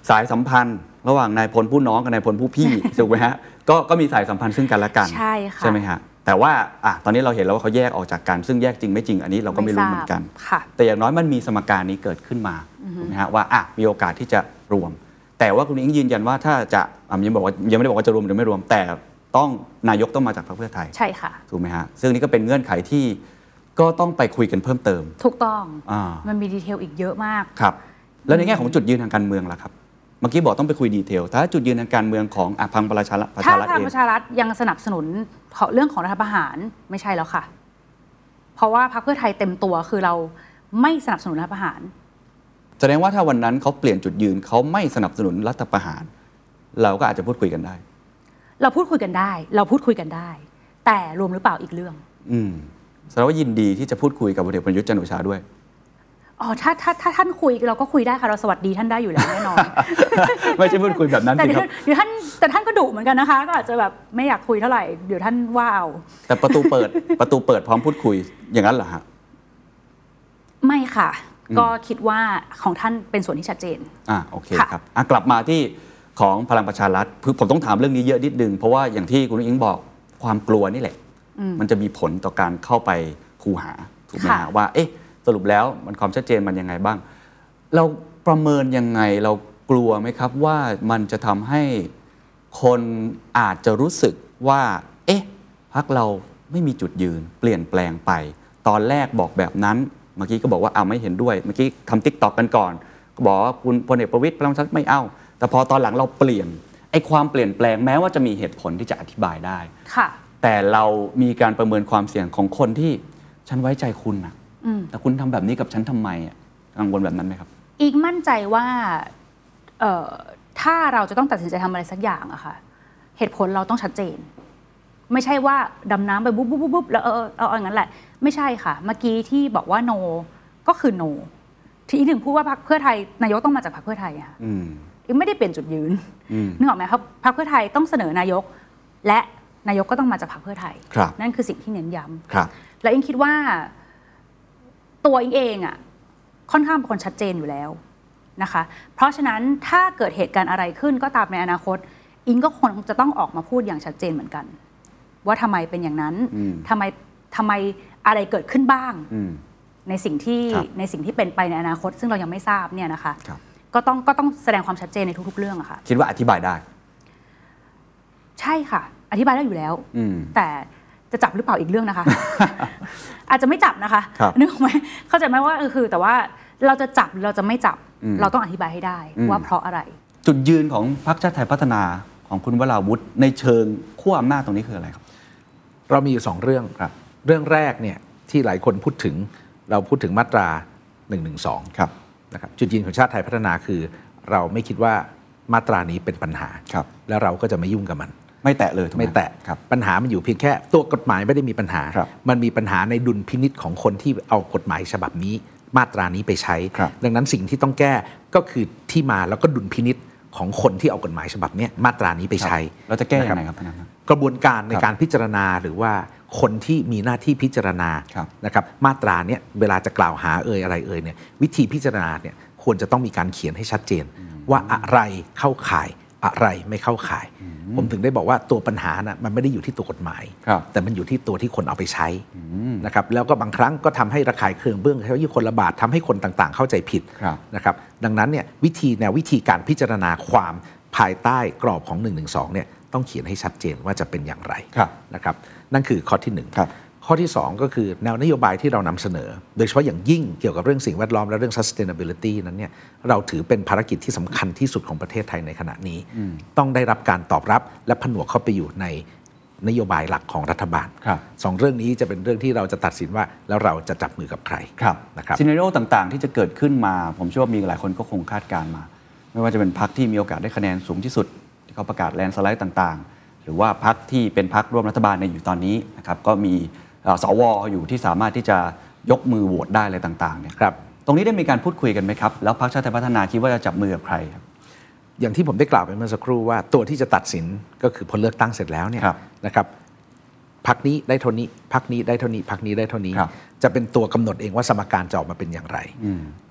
สายสัมพันธ์ ระหว่างนายพลผู้น้องกับนายพลผู้พี่ (laughs) ถูกไหมฮะก็ก็มีสายสัมพันธ์ซึ่งกันและกัน ใช่ค่ะ ใช่ไหมฮะแต่ว่าอ่ะตอนนี้เราเห็นแล้วว่าเขาแยกออกจากกันซึ่งแยกจริงไม่จริงอันนี้เราก็ไม่รู้ ทบ เหมือนกัน ค่ะ แต่อย่างน้อยมันมีสมการนี้เกิดขึ้นมาถูกไหมฮะว่าอ่ะมีโอกาสที่จะรวม แต่ว่าคุณอิงยืนยันว่าถ้าจะอ่ะยังบอกว่ายังไม่ได้บอกว่าจะรวมหรือไม่รวม แต่ต้องนายกต้องมาจากพรรคเพื่อไทย ใช่ค่ะ ถูกไหมฮะซึ่งนี่ก็เป็นเงื่อนไขที่ก็ต้องไปคุยกันเพิ่มเติม ถูกต้อง อ่า มันมีดีเทลอีกเยอะมาก ครับ แล้วในแง่ของจุดยืนทางการเมืองล่ะครับเมื่อกี้บอกต้องไปคุยดีเทลถ้าจุดยืนทางการเมืองของอ่ะพลังประชารัฐประ ถ้า ชารัฐ พลั เอง ง ประชารัฐยังสนับสนุนเรื่องของรัฐประหารไม่ใช่แล้วค่ะ เพราะว่าพรรคเพื่อไทยเต็มตัวคือเราไม่สนับสนุนรัฐประหาร แสดงว่าถ้าวันนั้นเขาเปลี่ยนจุดยืนเขาไม่สนับสนุนรัฐประหาร เราก็อาจจะพูดคุยกันได้ เราพูดคุยกันได้ เราพูดคุยกันได้ แต่รวมหรือเปล่าอีกเรื่อง อืมแสดงว่ายินดีที่จะพูดคุยกับพลเอกประยุทธ์จันทร์โอชาด้วย (laughs) อ๋อถ้าถ้าถ้าท่านคุยเราก็คุยได้ค่ะเราสวัสดีท่านได้อยู่แล้วแน่นอน ไม่ใช่พูดคุยแบบนั้น แต่ สิ เดี๋ย คว รับ เดี๋ยวท่านแต่ท่านก็ดุเหมือนกันนะคะ ก็อาจจะแบบไม่อยากคุยเท่าไหร่เดี๋ยวท่านว่าเอา แต่ประตูเปิด ประตูเปิดพร้อมพูดคุยอย่างนั้นเหรอฮะ ไม่ค่ะ อืม ก็คิดว่าของท่านเป็นส่วนที่ชัดเจน อ่าโอเค ค่ะ ครับอ่ะกลับมาที่ของพลังประชารัฐคือผมต้องถามเรื่องนี้เยอะนิดนึง เพราะว่าอย่างที่คุณอิงบอกความกลัวนี่แหละ อืม มันจะมีผลต่อการเข้าไปคูหาถูกไหม ค่ะ ฮะว่า เอ๊ะ สรุปแล้วมันความชัดเจนมันยังไงบ้าง เราประเมินยังไงเรากลัวไหมครับว่ามันจะทำให้คนอาจจะรู้สึกว่า เอ๊ะพักเราไม่มีจุดยืน เปลี่ยนแปลงไป ตอนแรกบอกแบบนั้น เมื่อกี้ก็บอกว่าเอาวไม่เห็นด้วย เมื่อกี้ทำติ๊กตอกกันก่อน ก็บอกว่าคุณพลเอกประวิตยพลังประชารัฐไม่เอา แต่พอตอนหลังเราเปลี่ยนไอ้ความเปลี่ยนแปลงแม้ว่าจะมีเหตุผลที่จะอธิบายได้ ค่ะ แต่เรามีการประเมินความเสี่ยงของคนที่ฉันไว้ใจคุณนะ อืม แต่คุณทำแบบนี้กับฉันทำไมอะกังวลแบบนั้นไหมครับ อีกมั่นใจว่าเอ่อถ้าเราจะต้องตัดสินใจทำอะไรสักอย่างอะค่ะ เหตุผลเราต้องชัดเจน ไม่ใช่ว่าดำน้ำไปบุ๊บบุ๊บบุ๊บบุ๊บแล้วเออเออเอาอย่างนั้นแหละ ไม่ใช่ค่ะ เมื่อกี้ที่บอกว่า no ก็คือ no ที่อีกหนึ่งพูดว่าพรรคเพื่อไทยนายกต้องมาจากพรรคเพื่อไทยอะค่ะ อืม อีกไม่ได้เปลี่ยนจุดยืน อืม นึกออกไหมครับพรรคเพื่อไทยต้องเสนอนายก และนายกก็ต้องมาจากพรรคเพื่อไทย ครับ นั่นคือสิ่งที่เน้นย้ำ ครับ แล้วอิงคิดว่าตัวอิงเองอะค่อนข้างเป็นคนชัดเจนอยู่แล้วนะคะ เพราะฉะนั้นถ้าเกิดเหตุการณ์อะไรขึ้นก็ตามในอนาคต อิงก็คงจะต้องออกมาพูดอย่างชัดเจนเหมือนกัน ว่าทำไมเป็นอย่างนั้น อืม ทำไมทำไมอะไรเกิดขึ้นบ้าง อืม ในสิ่งที่ ครับ ในสิ่งที่เป็นไปในอนาคต ซึ่งเรายังไม่ทราบเนี่ยนะคะ ครับ ก็ต้องก็ต้องแสดงความชัดเจนในทุก ๆ เรื่องอะค่ะ คิดว่าอธิบายได้ ใช่ค่ะ อธิบายได้อยู่แล้ว อืม แต่ จะจับหรือเปล่าอีกเรื่องนะคะ (laughs) อาจจะไม่จับนะคะ ครับ นึกออกไหมเข้าใจไหมว่าเออคือ แต่ว่าเราจะจับหรือเราจะไม่จับ อืม เราต้องอธิบายให้ได้ อืม ว่าเพราะอะไร จุดยืนของพรรคชาติไทยพัฒนาของคุณวราวุฒิในเชิงขั้วอำนาจตรงนี้คืออะไรครับ เรามีอยู่สองเรื่อง ครับ เรื่องแรกเนี่ยที่หลายคนพูดถึงเราพูดถึงมาตรา1นึ ครับ นะครับจุดยืนของชาติไทยพัฒนาคือ เราไม่คิดว่ามาตรานี้เป็นปัญหา ครับ แล้วเราก็จะไม่ยุ่งกับมัน ไม่แตะเลยถูกห ไม่แตะ ครับ ปัญหามันอยู่เพียงแค่ตัวกฎหมายไม่ได้มีปัญหา ครับ มันมีปัญหาในดุลพินิษของคนที่เอากฎหมายฉบับนี้ มาตรานี้ไปใช้ ครับ ดังนั้นสิ่งที่ต้องแก้ก็คือที่มาแล้วก็ดุลพินิษของคนที่เอากฎหมายฉบับเนี้ยมาตรานี้ไปใช้ เราจะแก้ยังไงครับท่านนายครับ กระบวนการใน ครับ การพิจารณาหรือว่าคนที่มีหน้าที่พิจารณา ครับ นะครับมาตราเนี่ยเวลาจะกล่าวหาเอ่ยอะไรเอ่ยเนี่ยวิธีพิจารณาเนี่ยควรจะต้องมีการเขียนให้ชัดเจน ว่าอะไรเข้าข่ายอะไรไม่เข้าข่าย ผมถึงได้บอกว่าตัวปัญหานะมันไม่ได้อยู่ที่ตัวกฎหมาย ครับ แต่มันอยู่ที่ตัวที่คนเอาไปใช้นะครับแล้วก็บางครั้งก็ทำให้ระคายเคืองเบื้องเขายี่คนละบาททำให้คนต่างๆ เข้าใจผิด ครับ นะครับดังนั้นเนี่ยวิธีแนววิธีการพิจารณาความภายใต้กรอบของ 1 1 2เนี่ยต้องเขียนให้ชัดเจนว่าจะเป็นอย่างไร ครับ นะครับนั่นคือข้อที่ 1 ครับ ข้อที่ 2 ก็คือแนวนโยบายที่เรานำเสนอ โดยเฉพาะอย่างยิ่งเกี่ยวกับเรื่องสิ่งแวดล้อมและเรื่อง sustainability นั้นเนี่ยเราถือเป็นภารกิจที่สำคัญที่สุดของประเทศไทยในขณะนี้ ต้องได้รับการตอบรับและผนวกเข้าไปอยู่ในนโยบายหลักของรัฐบาล ครับ สองเรื่องนี้จะเป็นเรื่องที่เราจะตัดสินว่าแล้วเราจะจับมือกับใคร ครับ นะครับ ซีน a ร i o ต่างๆ ที่จะเกิดขึ้นมา ผมเชื่อว่ามีหลายคนก็คงคาดการณ์มา ไม่ว่าจะเป็นพักที่มีโอกาสได้คะแนนสูงที่สุด ที่เขาประกาศแลนด์สไลด์ต่างๆ หรือว่าพักที่เป็นพักร่วมรัฐบาลในอยู่ตอนนี้นะครับก็มีเอ่อสวอยู่ที่สามารถที่จะยกมือโหวตได้อะไรต่างๆเนี่ย ครับ ตรงนี้ได้มีการพูดคุยกันไหมครับ แล้วพรรคชาติไทยพัฒนาคิดว่าจะจับมือกับใครครับ อย่างที่ผมได้กล่าวไปเมื่อสักครู่ว่าตัวที่จะตัดสินก็คือพอเลือกตั้งเสร็จแล้วเนี่ย ครับ นะครับพักนี้ได้เท่านี้พักนี้ได้เท่านี้พักนี้ได้เท่านี้ ครับ จะเป็นตัวกำหนดเองว่าสมการจะออกมาเป็นอย่างไร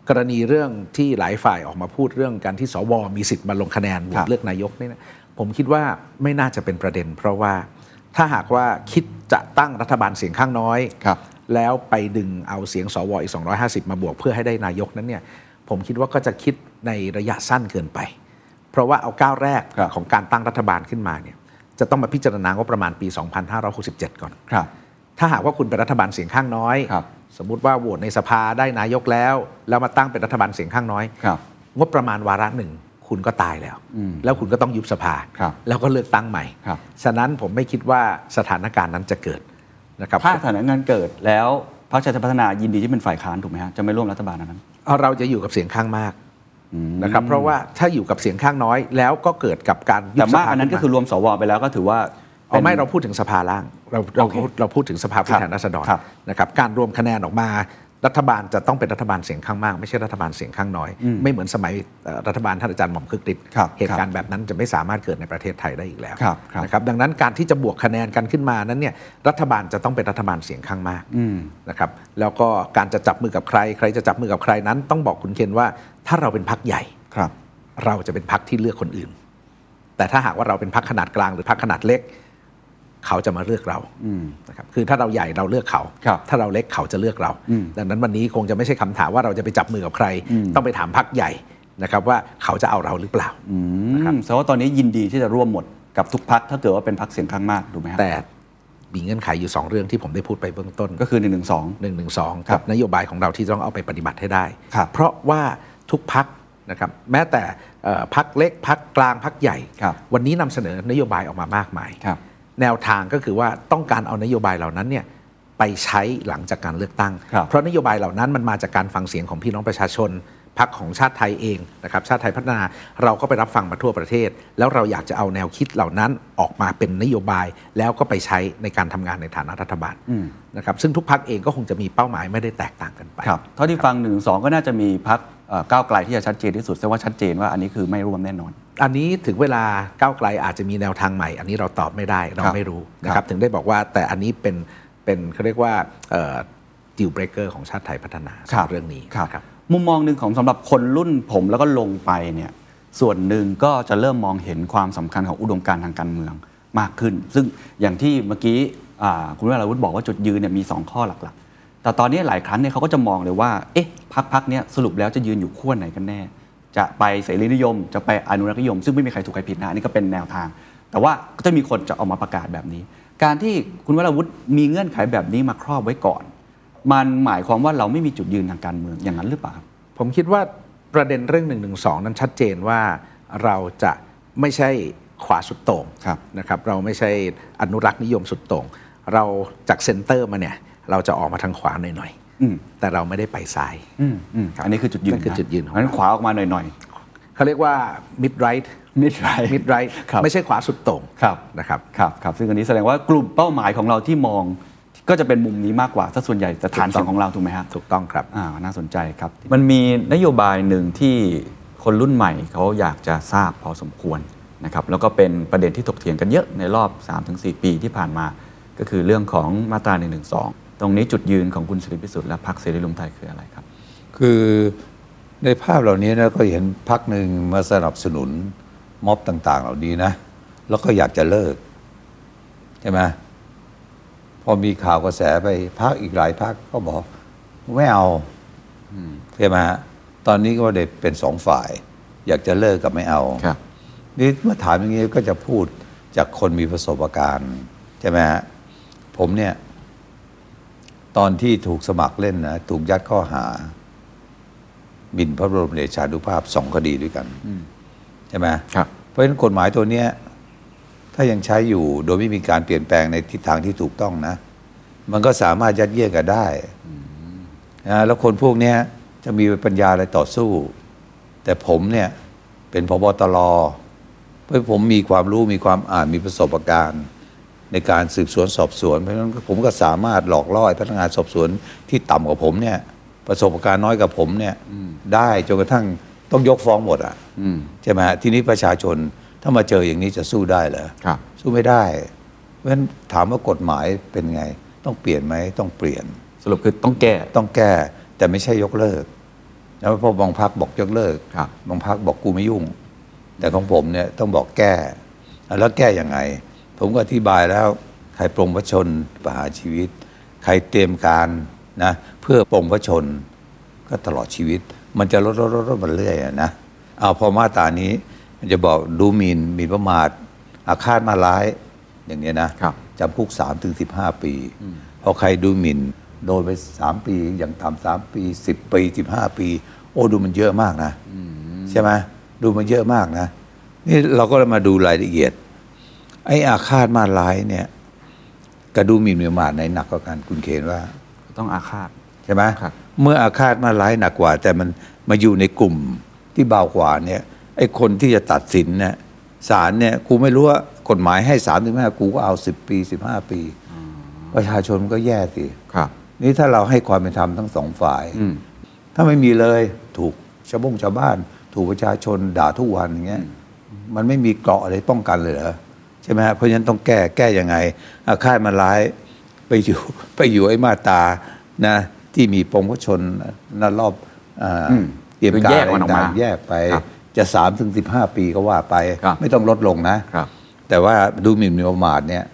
กรณีเรื่องที่หลายฝ่ายออกมาพูดเรื่องการที่สวมีสิทธิ์มาลงคะแนนโหว ครั ต บ เลือกนายกเนี่ยนะผมคิดว่าไม่น่าจะเป็นประเด็น เพราะว่าถ้าหากว่าคิดจะตั้งรัฐบาลเสียงข้างน้อย ครับ แล้วไปดึงเอาเสียงสวอีก 250 มาบวกเพื่อให้ได้นายกนั้นเนี่ยผมคิดว่าก็จะคิดในระยะสั้นเกินไป เพราะว่าเอาก้าวแรก ครับ ของการตั้งรัฐบาลขึ้นมาเนี่ยจะต้องมาพิจารณางบประมาณปี 2567 ก่อน ครับ ถ้าหากว่าคุณเป็นรัฐบาลเสียงข้างน้อย ครับ สมมุติว่าโหวตในสภาได้นายกแล้ว แล้วมาตั้งเป็นรัฐบาลเสียงข้างน้อย ครับ งบประมาณวาระหนึ่งคุณก็ตายแล้ว อืม แล้วคุณก็ต้องยุบสภา ครับ แล้วก็เลือกตั้งใหม่ ครับ ฉะนั้นผมไม่คิดว่าสถานการณ์นั้นจะเกิดนะครับ ถ้าสถานการณ์เกิดแล้วพรรคชาติไทยพัฒนายินดีที่เป็นฝ่ายค้านถูกไหมฮะจะไม่ร่วมรัฐบาลอันนั้น เอาเราจะอยู่กับเสียงข้างมากนะครับเพราะว่าถ้าอยู่กับเสียงข้างน้อย แล้วก็เกิดกับการยุบ แต่มาก สภ อันนั้นก็คือรวมสวไปแล้วก็ถือว่าป็ เอา น ไม่เราพูดถึงสภาล่าง เราเรา โอเค เราพูดถึงสภาผู้แทน ครับ ราษฎร ครับ นะครับการรวมคะแนนออกมา รัฐบาลจะต้องเป็นรัฐบาลเสียงข้างมาก ไม่ใช่รัฐบาลเสียงข้างน้อย อืม ไม่เหมือนสมัยเอ่อรัฐบาลท่านอาจารย์หม่อมคึกฤทธิ์ ครับ เหตุการณ์แบบนั้นจะไม่สามารถเกิดในประเทศไทยได้อีกแล้ว ครับครับ นะครับดังนั้นการที่จะบวกคะแนนกันขึ้นมานั้นเนี่ยรัฐบาลจะต้องเป็นรัฐบาลเสียงข้างมาก อืม นะครับแล้วก็การจะจับมือกับใคร ใครจะจับมือกับใครนั้น ต้องบอกคุณเคนว่าถ้าเราเป็นพักใหญ่ ครับ เราจะเป็นพักที่เลือกคนอื่น แต่ถ้าหากว่าเราเป็นพักขนาดกลางหรือพักขนาดเล็ก เขาจะมาเลือกเรา อืม นะครับคือถ้าเราใหญ่เราเลือกเขา ครับ ถ้าเราเล็กเขาจะเลือกเรา อืม ดังนั้นวันนี้คงจะไม่ใช่คำถามว่าเราจะไปจับมือกับใคร อืม ต้องไปถามพักใหญ่นะครับว่าเขาจะเอาเราหรือเปล่า อืมแสดงว่าตอนนี้ยินดีที่จะร่วมหมดกับทุกพักถ้าเกิดว่าเป็นพักเสียงข้างมากถูกไหมครับ แต่มีเงื่อนไขอยู่สองเรื่องที่ผมได้พูดไปเบื้องต้น ก็คือหนึ่งหนึ่งสอง 1นึ ครั กั บบ นโยบายของเราที่ต้องเอาไปปฏิบัติให้ได้ ครับ เพราะว่าทุกพักนะครับแม้แต่เอ่อพักเล็กพักกลางพักใหญ่ ครับ วันนี้นำเสนอนโยบายออกมามากมาย ครับ แนวทางก็คือว่าต้องการเอานโยบายเหล่านั้นเนี่ยไปใช้หลังจากการเลือกตั้ง ครับ เพราะนโยบายเหล่านั้นมันมาจากการฟังเสียงของพี่น้องประชาชนพักของชาติไทยเองนะครับชาติไทยพัฒนาเราก็ไปรับฟังมาทั่วประเทศ แล้วเราอยากจะเอาแนวคิดเหล่านั้นออกมาเป็นนโยบาย แล้วก็ไปใช้ในการทำงานในฐานะรัฐบาล อืม นะครับซึ่งทุกพักเองก็คงจะมีเป้าหมายไม่ได้แตกต่างกันไป ครับเท่าที่ฟังหนึ่งสองก็น่าจะมีพักก้าวไกลที่จะชัดเจนที่สุดแสดงว่าชัดเจนว่าอันนี้คือไม่ร่วมแน่นอน อันนี้ถึงเวลาก้าวไกลอาจจะมีแนวทางใหม่ อันนี้เราตอบไม่ได้เรา ครับ ไม่รู้นะ ค ค รั รั บบ ถึงได้บอกว่าแต่อันนี้เป็นเป็นเขาเรียกว่าดิวเบรกเกอร์ของชาติไทยพัฒนา ครับ สำหเรื่องนี้นะครับ มุมมองหนึ่งของสำหรับคนรุ่นผมแล้วก็ลงไปเนี่ยส่วนหนึ่งก็จะเริ่มมองเห็นความสำคัญของอุดมการณ์ทางการเมืองมากขึ้น ซึ่งอย่างที่เมื่อกี้อ่าคุณวราวุฒิบอกว่าจุดยืนเนี่ยมี 2 ข้อหลักๆ แต่ตอนนี้หลายครั้งเนี่ยเขาก็จะมองเลยว่าเอ๊ะพักพักเนี่ยสรุปแล้วจะยืนอยู่ขั้วไหนกันแน่ จะไปเสรีนิยม จะไปอนุรักษนิยม ซึ่งไม่มีใครถูกใครผิดนะอันนี้ก็เป็นแนวทาง แต่ว่าก็จะมีคนจะออกมาประกาศแบบนี้ การที่คุณวราวุฒิมีเงื่อนไขแบบนี้มาครอบไว้ก่อน มันหมายความว่าเราไม่มีจุดยืนทางการเมืองอย่างนั้นหรือเปล่าครับ ผมคิดว่าประเด็นเรื่อง1นึนั้นชัดเจนว่าเราจะไม่ใช่ขวาสุดโต่ง ครับ นะครับ เราไม่ใช่อนุรักษ์นิยมสุดโต่งเราจากเซนเตอร์มาเนี่ย เราจะออกมาทางขวาหน่อย อืม ๆแต่เราไม่ได้ไปซ้าย อืมอืม ครับ อันนี้คือจุดยืน นั่นคือจุดยืนของ เพราะฉะนั้นขวาออกมาหน่อย เขาเรียกว่า mid right ๆมิดไร mid right ครับ ไม่ใช่ขวาสุดโต่ง ครับ นะครับ ครับครับซึ่งอันนี้แสดงว่ากลุ่มเป้าหมายของเราที่มองก็จะเป็นมุมนี้มากกว่าซะส่วนใหญ่แต่ฐานเสียงของเราถูกไหมฮะ ถูกต้องครับ อ่าน่าสนใจครับ มันมีนโยบายหนึ่งที่คนรุ่นใหม่เขาอยากจะทราบพอสมควรนะครับแล้วก็เป็นประเด็นที่ถกเถียงกันเยอะในรอบ 3-4 ปีที่ผ่านมา ก็คือเรื่องของมาตรา1นึตรงนี้จุดยืนของคุณสิริพิสุทธิ์และพรรคเสรีรวมไทยคืออะไรครับ คือในภาพเหล่านี้นะก็เห็นพักหนึ่งมาสนับสนุนม็อบต่าง ๆ เหล่านี้นะ แล้วก็อยากจะเลิก ใช่ไหมพอมีข่าวกระแสไปพักอีกหลายพักก็บอกไม่เอาใช่ไหมฮะตอนนี้ก็เด็เป็นสองฝ่าย อยากจะเลิกกับไม่เอา นี่เมื่อถามอย่างนี้ก็จะพูดจากคนมีประสบการณ์ใช่ไหมฮะผมเนี่ย ตอนที่ถูกสมัครเล่นนะถูกยัดข้อหาบินพระบรมเดชานุภาพสองคดีด้วยกันใช่ไหม ครับ เพราะฉะนั้นกฎหมายตัวเนี้ย ถ้ายังใช้อยู่โดยไม่มีการเปลี่ยนแปลงในทิศทางที่ถูกต้องนะ มันก็สามารถยัดเยียดกันได้นะแล้วคนพวกเนี้ยจะมีปัญญาอะไรต่อสู้ แต่ผมเนี่ยเป็นพบตรเพราะผมมีความรู้มีความอ่านมีประสบการณ์ ในการสืบสวนสอบสวน เพราะฉะนั้นผมก็สามารถหลอกล่อให้พนักงานสอบสวนที่ต่ำกว่าผมเนี่ย ประสบการณ์น้อยกว่าผมเนี่ยได้จนกระทั่งต้องยกฟ้องหมดอ่ะใช่ไหมฮะทีนี้ประชาชนถ้ามาเจออย่างนี้จะสู้ได้เหรอ ครับ สู้ไม่ได้ เพราะฉะนั้นถามว่ากฎหมายเป็นไง ต้องเปลี่ยนไหมต้องเปลี่ยน สรุปคือต้องแก้ ต้องแก้ แต่ไม่ใช่ยกเลิกแล้วพอบางพักบอกยกเลิก ครับ งพักบอกกูไม่ยุ่ง แต่ของผมเนี่ยต้องบอกแก้อ่ะแล้วแก้ยังไง ผมก็อธิบายแล้ว ใครปรงพระชนประหารชีวิต ใครเตรียมการนะ เพื่อปรงพระชน ก็ตลอดชีวิต มันจะลดลดลดลดมันเรื่อยอะนะเอาพอมาตรานี้ มันจะบอกดูหมินหมินประมาท อาฆาตมาร้าย อย่างเนี้ยนะครับ จำคุก3ถึง15 ปี พอใครดูหมิน่นโดนไป 3 ปีอย่างต่ำ3ปี 10 ปี 15 ปี โอ้ดูมันเยอะมากนะใช่ไหมดูมันเยอะมากนะ นี่เราก็เลยมาดูรายละเอียด ไอ้อาฆาตมาร้ายเนี่ยกระดูหมิ่นประมาทไหนหนักกว่ากันคุณเคนว่า ต้องอาฆาต ใช่ไหม ครับ เมื่ออาฆาตมาร้ายหนักกว่า แต่มันมาอยู่ในกลุ่มที่เบากว่าเนี่ยไอ้คนที่จะตัดสินเนี่ยศาลเนี่ยกูไม่รู้ว่ากฎหมายให้สามถึงห้ากูก็เอาสิบปีสิบห้าปีประชาชนมันก็แย่สิ ครับ นี่ถ้าเราให้ความเป็นธรรมทั้งสองฝ่าย อืม ถ้าไม่มีเลยถูกชาวบงชาวบ้าน ถูกประชาชนด่าทุกวันอย่างเงี้ยมันไม่มีเกราะอะไรป้องกันเลยเหรอใช่ไหมฮะเพราะฉะนั้นต้องแก้แก้ยังไง อาฆาตมันร้ายไปอยู่ (laughs) ไปอยู่ไอ้มาตรานะ ที่มีปมพชนนั่นรอบอ่า อืม เตรียม คือ การ แยกมันออกมา ต่งๆแยกไป ครับ จะสามถึงสิบห้าปีก็ว่าไป ครับ ไม่ต้องลดลงนะครับ แต่ว่าดูหมิ่นหมินประมาทเนี่ย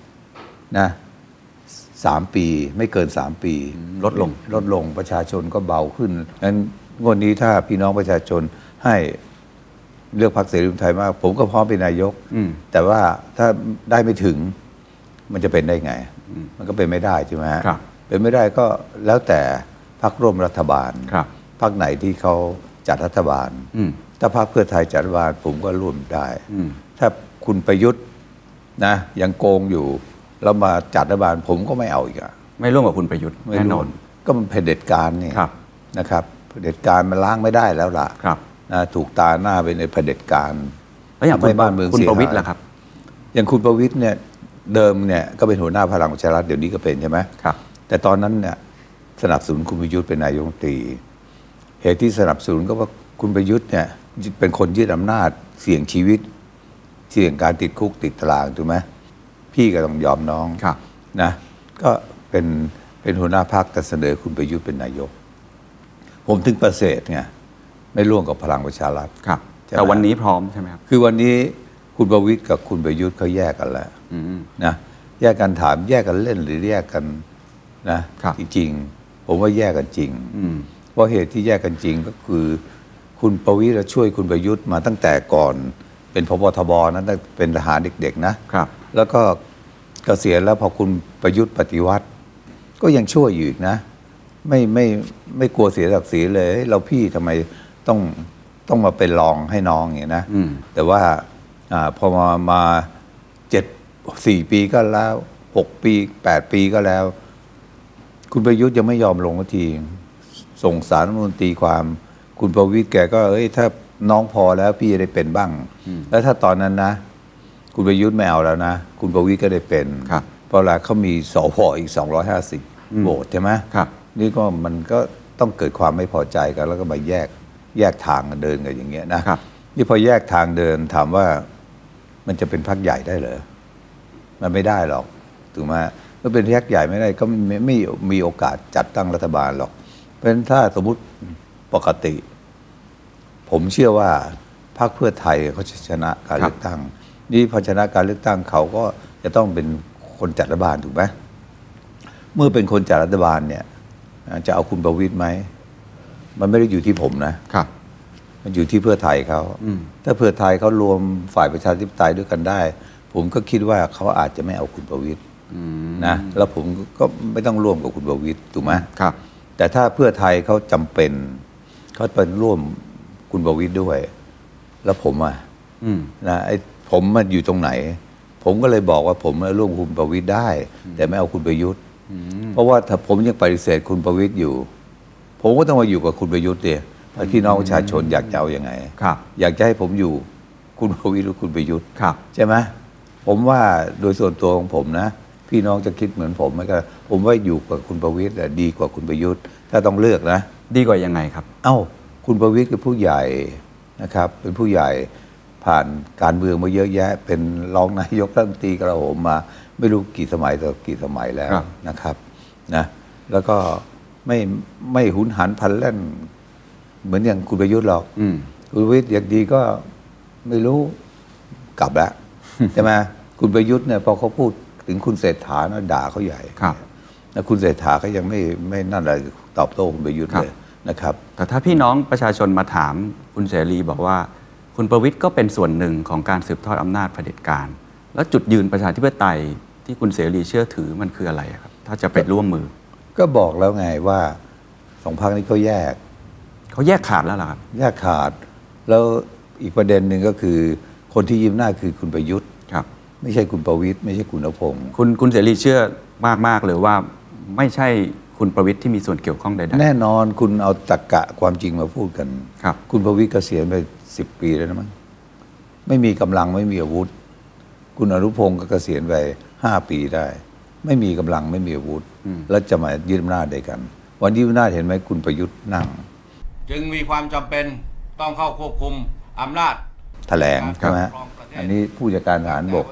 นะสามปีไม่เกินสามปี ลดลง ลดลงประชาชนก็เบาขึ้นงั้นงวดนี้ถ้าพี่น้องประชาชนให้เลือกพรรคเสรีรวมไทยมาก ผมก็พร้อมเป็นนายก อืม แต่ว่าถ้าได้ไม่ถึงมันจะเป็นได้ไง มันก็เป็นไม่ได้ใช่ไหมฮะ ครับ เป็นไม่ได้ก็แล้วแต่พรรคร่วมรัฐบาล ครับ พรรคไหนที่เขาจัดรัฐบาล อืม ถ้าพรรคเพื่อไทยจัดรัฐบาลผมก็ร่วมได้ อืม ถ้าคุณประยุทธ์นะยังโกงอยู่แล้วมาจัดรัฐบาลผมก็ไม่เอาอีกอะ ไม่ร่วมกับคุณประยุทธ์ ไม่ แน่น รู้ อน ก็มันเผด็จการเนี่ย ครับ นะครับเผด็จการมันล้างไม่ได้แล้วล่ะ ครับ นะถูกตาหน้าไปในเผด็จการ แล้วอย่าง ทำ คุณ ให้บ้านเมือง คุณ เสีย ประวิตร หาย ล่ะครับ อย่างคุณประวิตรเนี่ยเดิมเนี่ยก็เป็นหัวหน้าพลังประชารัฐเดี๋ยวนี้ก็เป็นใช่ไหม ครับ แต่ตอนนั้นเนี่ยสนับสนุนคุณประยุทธ์เป็นนายกรัฐมนตรี เหตุที่สนับสนุนก็ว่าคุณประยุทธ์เนี่ยเป็นคนยึดอำนาจเสี่ยงชีวิต เสี่ยงการติดคุกติดตารางถูกไหมพี่ก็ต้องยอมน้อง ครับ นะก็เป็นเป็นหัวหน้าพักแต่เสนอคุณประยุทธ์เป็นนายก ผมถึงประเสริฐไงไม่ร่วมกับพลังประชารัฐ ครับ ใช่ไหม แต่วันนี้พร้อมใช่ไหมครับ คือวันนี้คุณประวิทย์กับคุณประยุทธ์เขาแยกกันแล้ว อืม นะแยกกันถามแยกกันเล่นหรือแยกกันนะครับ จริงๆผมว่าแยกกันจริง อืม เพราะเหตุที่แยกกันจริงก็คือ คุณประวิทย์ช่วยคุณประยุทธ์มาตั้งแต่ก่อน เป็นพบทบนะตั้งแต่เป็นทหารเด็กๆนะครับ แล้วก็ เกษียณแล้วพอคุณประยุทธ์ปฏิวัติ ก็ยังช่วยอยู่อีกนะ ไม่ไม่ไม่กลัวเสียศักดิ์ศรีเลยเฮ้ยเราพี่ทำไมต้องต้องมาเป็นรองให้น้องอย่างนี้นะ อืม แต่ว่าอาพอมามาเจ็ดสี่ปีก็แล้วหกปีแปดปีก็แล้ว คุณประยุทธ์ยังไม่ยอมลงสักที ส่งสารรัฐธรรมนตตีความ คุณประวิทย์แกก็เอ้ยถ้าน้องพอแล้วพี่จะได้เป็นบ้าง แล้วถ้าตอนนั้นนะ คุณประยุทธ์ไม่เอาแล้วนะ คุณประวิทย์ก็ได้เป็น ครับ เพราะอะไรเขามีสวอีก 250โหวตใช่ไหม ครับ นี่ก็มันก็ต้องเกิดความไม่พอใจกัน แล้วก็มาแยกแยกทางกันเดินกันอย่างเงี้ยนะครับ นี่พอแยกทางเดินถามว่ามันจะเป็นพรรคใหญ่ได้เหรอ มันไม่ได้หรอกถูกไหมเมื่อเป็นยักษ์ใหญ่ไม่ได้ก็ไม่ไม่ไม่มีโอกาสจัดตั้งรัฐบาลหรอก เพราะฉะนั้นถ้าสมมติปกติ ผมเชื่อว่าพรรคเพื่อไทยเขาจะชนะการ ครับ เลือกตั้ง นี่พอชนะการเลือกตั้งเขาก็จะต้องเป็นคนจัดรัฐบาลถูกไหมเมื่อเป็นคนจัดรัฐบาลเนี่ยอ่าจะเอาคุณประวิตยไหมมันไม่ได้อยู่ที่ผมนะ ครับ มันอยู่ที่เพื่อไทยเขา อืม ถ้าเพื่อไทยเขารวมฝ่ายประชาธิปไตยด้วยกันได้ ผมก็คิดว่าเขาอาจจะไม่เอาคุณประวิตยนะ แล้วผมก็ไม่ต้องร่วมกับคุณประวิตยถูกไหม ครับ แต่ถ้าเพื่อไทยเขาจำเป็นเขาเป็นร่วมคุณประวิตยด้วย แล้วผมอ่ะ อืม นะไอ้ผมมันอยู่ตรงไหน ผมก็เลยบอกว่าผมร่วมคุณประวิตยได้ แต่ไม่เอาคุณประยุทธ์เพราะว่าถ้าผมยังปฏิเสธคุณประวิตยอยู่ ผมก็ต้องมาอยู่กับคุณประยุทธ์เดียพี่น้องประชาชนอยากจะเอายังไง ครับ อยากจะให้ผมอยู่คุณประวิตรหรือคุณประยุทธ์ ครับ ใช่ไหมผมว่าโดยส่วนตัวของผมนะ พี่น้องจะคิดเหมือนผมไหมก็ ผมว่าอยู่กับคุณประวิตรดีกว่าคุณประยุทธ์ ถ้าต้องเลือกนะ ดีกว่ายังไงครับ เอ้า คุณประวิตรเป็นผู้ใหญ่นะครับ เป็นผู้ใหญ่ผ่านการเมืองมาเยอะแยะ เป็นรองนายกรัฐมนตรีกระโหมมา ไม่รู้กี่สมัยต่อกี่สมัยแล้ว ครับ นะครับนะแล้วก็ไม่ไม่หุนหันพลันแล่น เหมือนอย่างคุณประยุทธ์หรอก อืม คุณประวิทย์อย่างดีก็ไม่รู้กลับแล้ว ใช่ไหมคุณประยุทธ์เนี่ยพอเขาพูดถึงคุณเศรษฐานะด่าเขาใหญ่ ครับ แล้วคุณเศรษฐาก็ยังไม่ไม่นั่นอะไรตอบโต้คุณประยุทธ์เลยนะครับ แต่ถ้าพี่น้องประชาชนมาถามคุณเสรีบอกว่า คุณประวิทย์ก็เป็นส่วนหนึ่งของการสืบทอดอำนาจเผด็จการ แล้วจุดยืนประชาธิปไตยที่คุณเสรีเชื่อถือมันคืออะไรอะครับ ถ้าจะไปร่วมมือ ก็บอกแล้วไงว่าสองพักนี้เขาแยก เขาแยกขาดแล้วล่ะครับ แยกขาด แล้วอีกประเด็นหนึ่งก็คือ คนที่ยืมหน้าคือคุณประยุทธ์ ครับ ไม่ใช่คุณประวิทย์ไม่ใช่คุณนพงศ์ คุณคุณเสรีเชื่อมากมากๆเลยว่าไม่ใช่คุณประวิทย์ที่มีส่วนเกี่ยวข้องใด แน่นอนคุณเอาตรกกะความจริงมาพูดกัน ครับ คุณประวิทย์เกษียณไปสิบปีแล้วนะมั้งไม่มีกำลังไม่มีอาวุธ คุณอนุพงศ์ก็เกษียณไปห้าปีได้ ไม่มีกำลังไม่มีอาวุธ แล้วจะมายืมหน้าจได้กัน วันยืมหน้าจเห็นไหมคุณประยุทธ์นั่ง จึงมีความจำเป็นต้องเข้าควบคุมอำนาจ แถลง ครั ใช่ บ ไหมฮะอันนี้ผู้จัดการทหารบก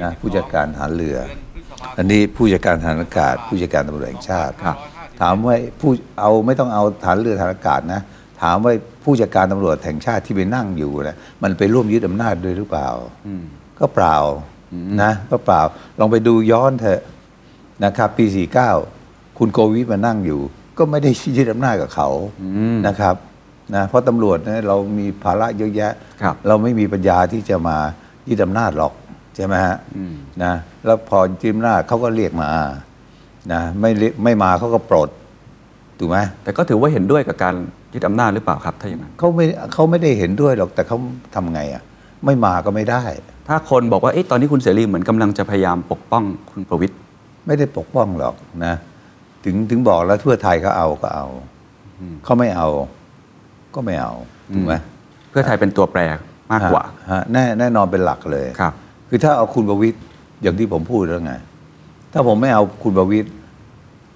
ตั้ นะ งแต่วันที่ ผู้จัดการทหารเรือ เดือนพฤษภาคม อันนี้ผู้จัดการทหารอากาศ ผู้จัดการตำรวจแห่งชาติ ครับ ถามว่าผู้เอาไม่ต้องเอาฐานเรือฐานอากาศนะถามว่าผู้จัดการตำรวจแห่งชาติที่ไปนั่งอยู่นะมันไปร่วมยึดอำนาจด้วยหรือเปล่า ก็เปล่านะก็เปล่าลองไปดูย้อนเถอะนะครับปี 49 คุณโกวิทมานั่งอยู่ ก็ไม่ได้ยึดอำนาจกับเขานะครับนะเพราะตำรวจเนี่ยเรามีภาระเยอะแยะ ครับ เราไม่มีปัญญาที่จะมายึดอำนาจหรอกใช่ไหมฮะนะแล้วพอยึดอำนาจเขาก็เรียกมานะไม่เรียกไม่มาเขาก็ปลดถูกไหม ๆ แต่ก็ถือว่าเห็นด้วยกับการยึดอำนาจหรือเปล่าครับถ้าอย่างนั้น เขาไม่เขาไม่ได้เห็นด้วยหรอกแต่เขาทำไงอ่ะไม่มาก็ไม่ได้ ถ้าคนบอกว่าเอ๊ะตอนนี้คุณเสรีเหมือนกำลังจะพยายามปกป้องคุณประวิทย์ ไม่ได้ปกป้องหรอกนะ ถึงถึงบอกแล้วเพื่อไทยเขาเอาก็เอาเขาไม่เอา ก็ไม่เอาถูกไหม เพื่อไทยเป็นตัวแปรมากกว่า ฮะฮะแน่แน่นอนเป็นหลักเลย ครับ คือถ้าเอาคุณประวิตยอย่างที่ผมพูดแล้วไง ถ้าผมไม่เอาคุณประวิตย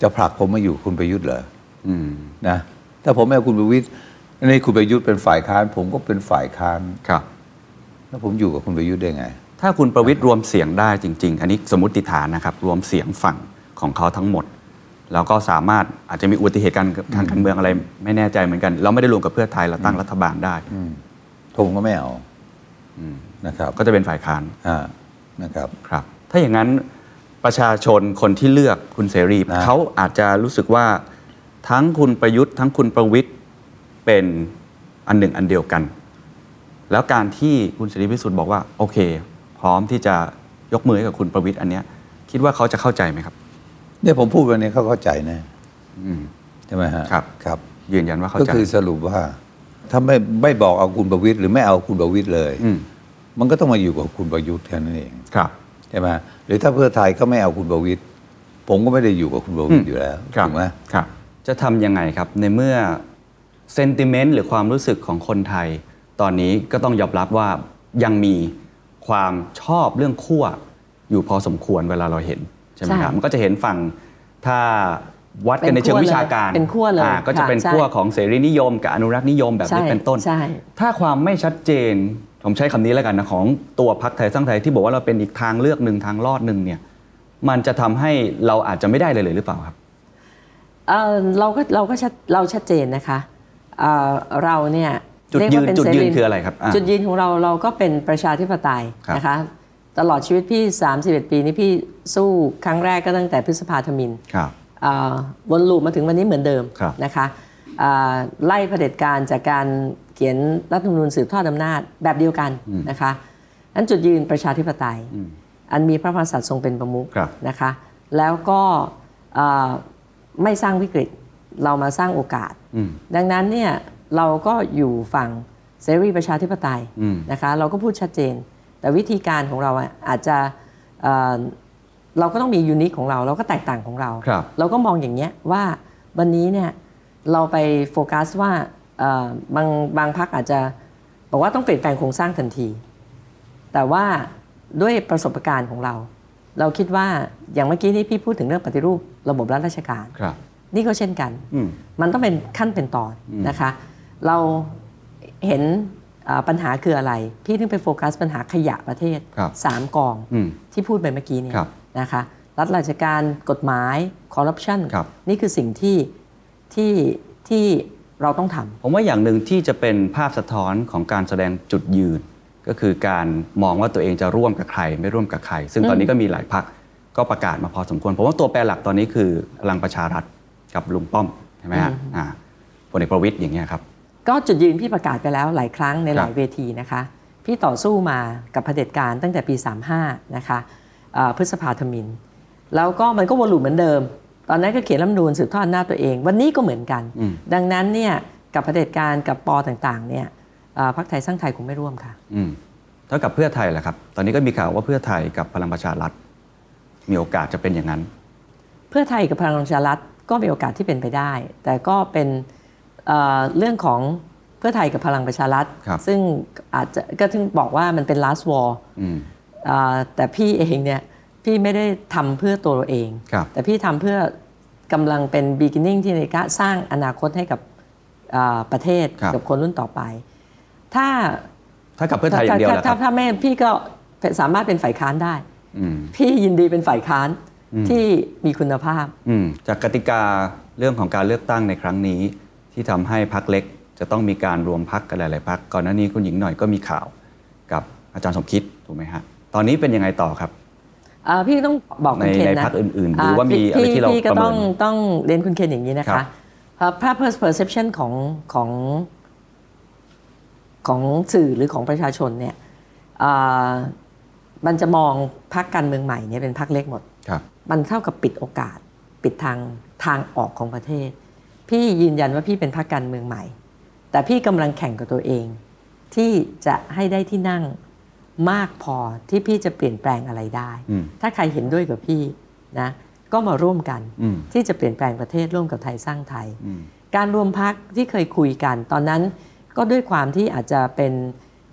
จะผลักผมมาอยู่คุณประยุทธ์เหรอ อืม นะถ้าผมไม่เอาคุณประวิตยในคุณประยุทธ์เป็นฝ่ายค้าน ผมก็เป็นฝ่ายค้าน ครับ แล้วผมอยู่กับคุณประยุทธ์ได้ไง ถ้าคุณประวิทย์รวมเสียงได้จริง ๆ อันนี้สมมติฐานนะครับ รวมเสียงฝั่งของเขาทั้งหมด แล้วก็สามารถอาจจะมีอุบัติเหตุการณ์ทางการเมืองอะไร ไม่แน่ใจเหมือนกัน เราไม่ได้รวมกับเพื่อไทยเราตั้งรัฐบาลได้ ผมก็ไม่เอานะครับ ก็จะเป็นฝ่ายค้าน อ่านะครับ ครับ ถ้าอย่างนั้นประชาชนคนที่เลือกคุณเสรี นะ เขาอาจจะรู้สึกว่าทั้งคุณประยุทธ์ ทั้งคุณประวิทย์เป็นอันหนึ่งอันเดียวกัน แล้วการที่คุณเสรีพิสุทธิ์บอกว่า โอเค พร้อมที่จะยกมือให้กับคุณประวิทย์อันเนี้ย คิดว่าเขาจะเข้าใจไหมครับ เนี่ยผมพูดวันนี้เขาเข้าใจนะ อืม ใช่ไหมฮะ ครับ ครับ ยืนยันว่าเข้า ก็ ใจ คือสรุปว่า ถ้าไม่ไม่บอกเอาคุณประวิตยหรือไม่เอาคุณประวิตยเลย อืม มันก็ต้องมาอยู่กับคุณประยุทธ์แค่นั้นเอง ครับ ใช่ไหมหรือถ้าเพื่อไทยก็ไม่เอาคุณประวิตยผมก็ไม่ได้อยู่กับคุณประวิตยอยู่แล้ว ครับ ถูกไหม ครับจะทำยังไงครับในเมื่อเซนติเมนต์หรือความรู้สึกของคนไทย ตอนนี้ก็ต้องยอมรับว่ายังมีความชอบเรื่องขั้วอยู่พอสมควรเวลาเราเห็น ใช่ไหมครับ ใช่ มันก็จะเห็นฝั่งถ้าวัดกันในเชิงวิชาการ เป็นขั้วเลย อ่าก็จะ ค่ะ เป็น ใช่ ขั้วของเสรีนิยม กับอนุรักษ์นิยมแบบนี้ ใช่ เป็นต้น ใช่ ถ้าความไม่ชัดเจน ผมใช้คำนี้แล้วกันนะ ของตัวพักไทยสร้างไทยที่บอกว่าเราเป็นอีกทางเลือกหนึ่งทางรอดหนึ่งเนี่ยมันจะทำให้เราอาจจะไม่ได้เลยเลยหรือเปล่าครับ เอ่อเราก็เราก็ชัดเราชัดเจนนะคะเอ่อเราเนี่ย จุด เรีก ยื ว่าน เป็ จุด เส ยืนคืออะไรครับอ่า จุดยืนของเราเราก็เป็นประชาธิปไตย ครับ นะคะ ตลอดชีวิตพี่ 31 ปีนี้พี่สู้ครั้งแรกก็ตั้งแต่พฤษภาธมินเอ่อวนลูปมาถึงวันนี้เหมือนเดิม ครับ นะคะเอ่อไล่เผด็จการจากการเขียนรัฐธรรมนูญสืบทอดอำนาจแบบเดียวกันนะคะนั้นจุดยืนประชาธิปไตย อันมีพระมหากษัตริย์ทรงเป็นประมุข ครับ นะคะ แล้วก็เอ่อไม่สร้างวิกฤตเรามาสร้างโอกาส อืม ดังนั้นเนี่ยเราก็อยู่ฝั่งเสรีประชาธิปไตย อืม นะคะ เราก็พูดชัดเจน แต่วิธีการของเราอะอาจจะเอ่อเราก็ต้องมียูนิคของเรา เราก็แตกต่างของเรา ครับ เราก็มองอย่างเงี้ยว่าวันนี้เนี่ยเราไปโฟกัสว่าเอ่อบางบางพักอาจจะบอกว่าต้องเปลี่ยนแปลงโครงสร้างทันที แต่ว่าด้วยประสบการณ์ของเรา เราคิดว่าอย่างเมื่อกี้นี้พี่พูดถึงเรื่องปฏิรูประบบรัฐราชการ ครับ นี่ก็เช่นกัน อืม มันต้องเป็นขั้นเป็นตอนนะคะ เราเห็นเอ่อปัญหาคืออะไร พี่ถึงไปโฟกัสปัญหาขยะประเทศ ครับ สามกอง อืม ที่พูดไปเมื่อกี้เนี่ย ครับ นะคะรัฐราชการกฎหมายคอร์รัปชัน ครับ นี่คือสิ่งที่ที่ที่เราต้องทำ ผมว่าอย่างหนึ่งที่จะเป็นภาพสะท้อนของการแสดงจุดยืน ก็คือการมองว่าตัวเองจะร่วมกับใคร ไม่ร่วมกับใคร ซึ่งตอนนี้ก็มีหลายพักก็ประกาศมาพอสมควร ผมว่าตัวแปรหลักตอนนี้คือพลังประชารัฐกับลุงป้อมใช่ไหมฮะอ่าพลเอกประวิตยอย่างเงี้ยครับ ก็จุดยืนพี่ประกาศไปแล้วหลายครั้งใน ครับ หลายเวทีนะคะ พี่ต่อสู้มากับเผด็จการตั้งแต่ปี 35 นะคะเอ่อพฤษภาธมิน แล้วก็มันก็วนลูปเหมือนเดิม ตอนนั้นก็เขียนรัฐธรรมนูญสืบทอดอำนาจตัวเอง วันนี้ก็เหมือนกัน อืม ดังนั้นเนี่ยกับเผด็จการกับปอต่างๆเนี่ยเอ่อพรรคไทยสร้างไทยคงไม่ร่วมค่ะ อืมเท่ากับเพื่อไทยแหละครับ ตอนนี้ก็มีข่าวว่าเพื่อไทยกับพลังประชารัฐมีโอกาสจะเป็นอย่างนั้น เพื่อไทยกับพลังประชารัฐก็มีโอกาสที่เป็นไปได้ แต่ก็เป็นเอ่อเรื่องของเพื่อไทยกับพลังประชารัฐ ครับ ซึ่งอาจจะก็ถึงบอกว่ามันเป็น last war อืม อ่าแต่พี่เองเนี่ยพี่ไม่ได้ทำเพื่อตัวเราเอง ครับ แต่พี่ทำเพื่อกำลังเป็น beginning ที่ในการสร้างอนาคตให้กับอ่าประเทศ ครับ กับคนรุ่นต่อไป ถ้า ถ้ากับเพื่อไทยอย่างเดียวแหละค ถ้า รับ ถ้าไม่พี่ก็สามารถเป็นฝ่ายค้านได้ อืม พี่ยินดีเป็นฝ่ายค้านที่มีคุณภาพ อืมจากกติกาเรื่องของการเลือกตั้งในครั้งนี้ ที่ทำให้พักเล็ก จะต้องมีการรวมพักกันหลาย ๆ พักก่อนหน้านี้คุณหญิงหน่อยก็มีข่าวกับอาจารย์สมคิดถูกไหมฮะตอนนี้เป็นยังไงต่อครับ เอ่อพี่ต้องบอกคุณ ใน เคน ใน นะ พรรคอื่นๆหรือว่ามี พี่ อะไรที่เรา พี่ก็ ประเมิน ต้องต้องเรียนคุณเคนอย่างนี้นะ ครั คะ บ เอ่อภาพ perception ของของของสื่อหรือของประชาชนเนี่ยเอ่อมันจะมองพรรคการเมืองใหม่เนี่ยเป็นพรรคเล็กหมด ครับ มันเท่ากับปิดโอกาส ปิดทางทางออกของประเทศ พี่ยืนยันว่าพี่เป็นพรรคการเมืองใหม่ แต่พี่กำลังแข่งกับตัวเอง ที่จะให้ได้ที่นั่งมากพอที่พี่จะเปลี่ยนแปลงอะไรได้ อืม ถ้าใครเห็นด้วยกับพี่นะก็มาร่วมกัน อืม ที่จะเปลี่ยนแปลงประเทศร่วมกับไทยสร้างไทย อืม การรวมพักที่เคยคุยกัน ตอนนั้นก็ด้วยความที่อาจจะเป็น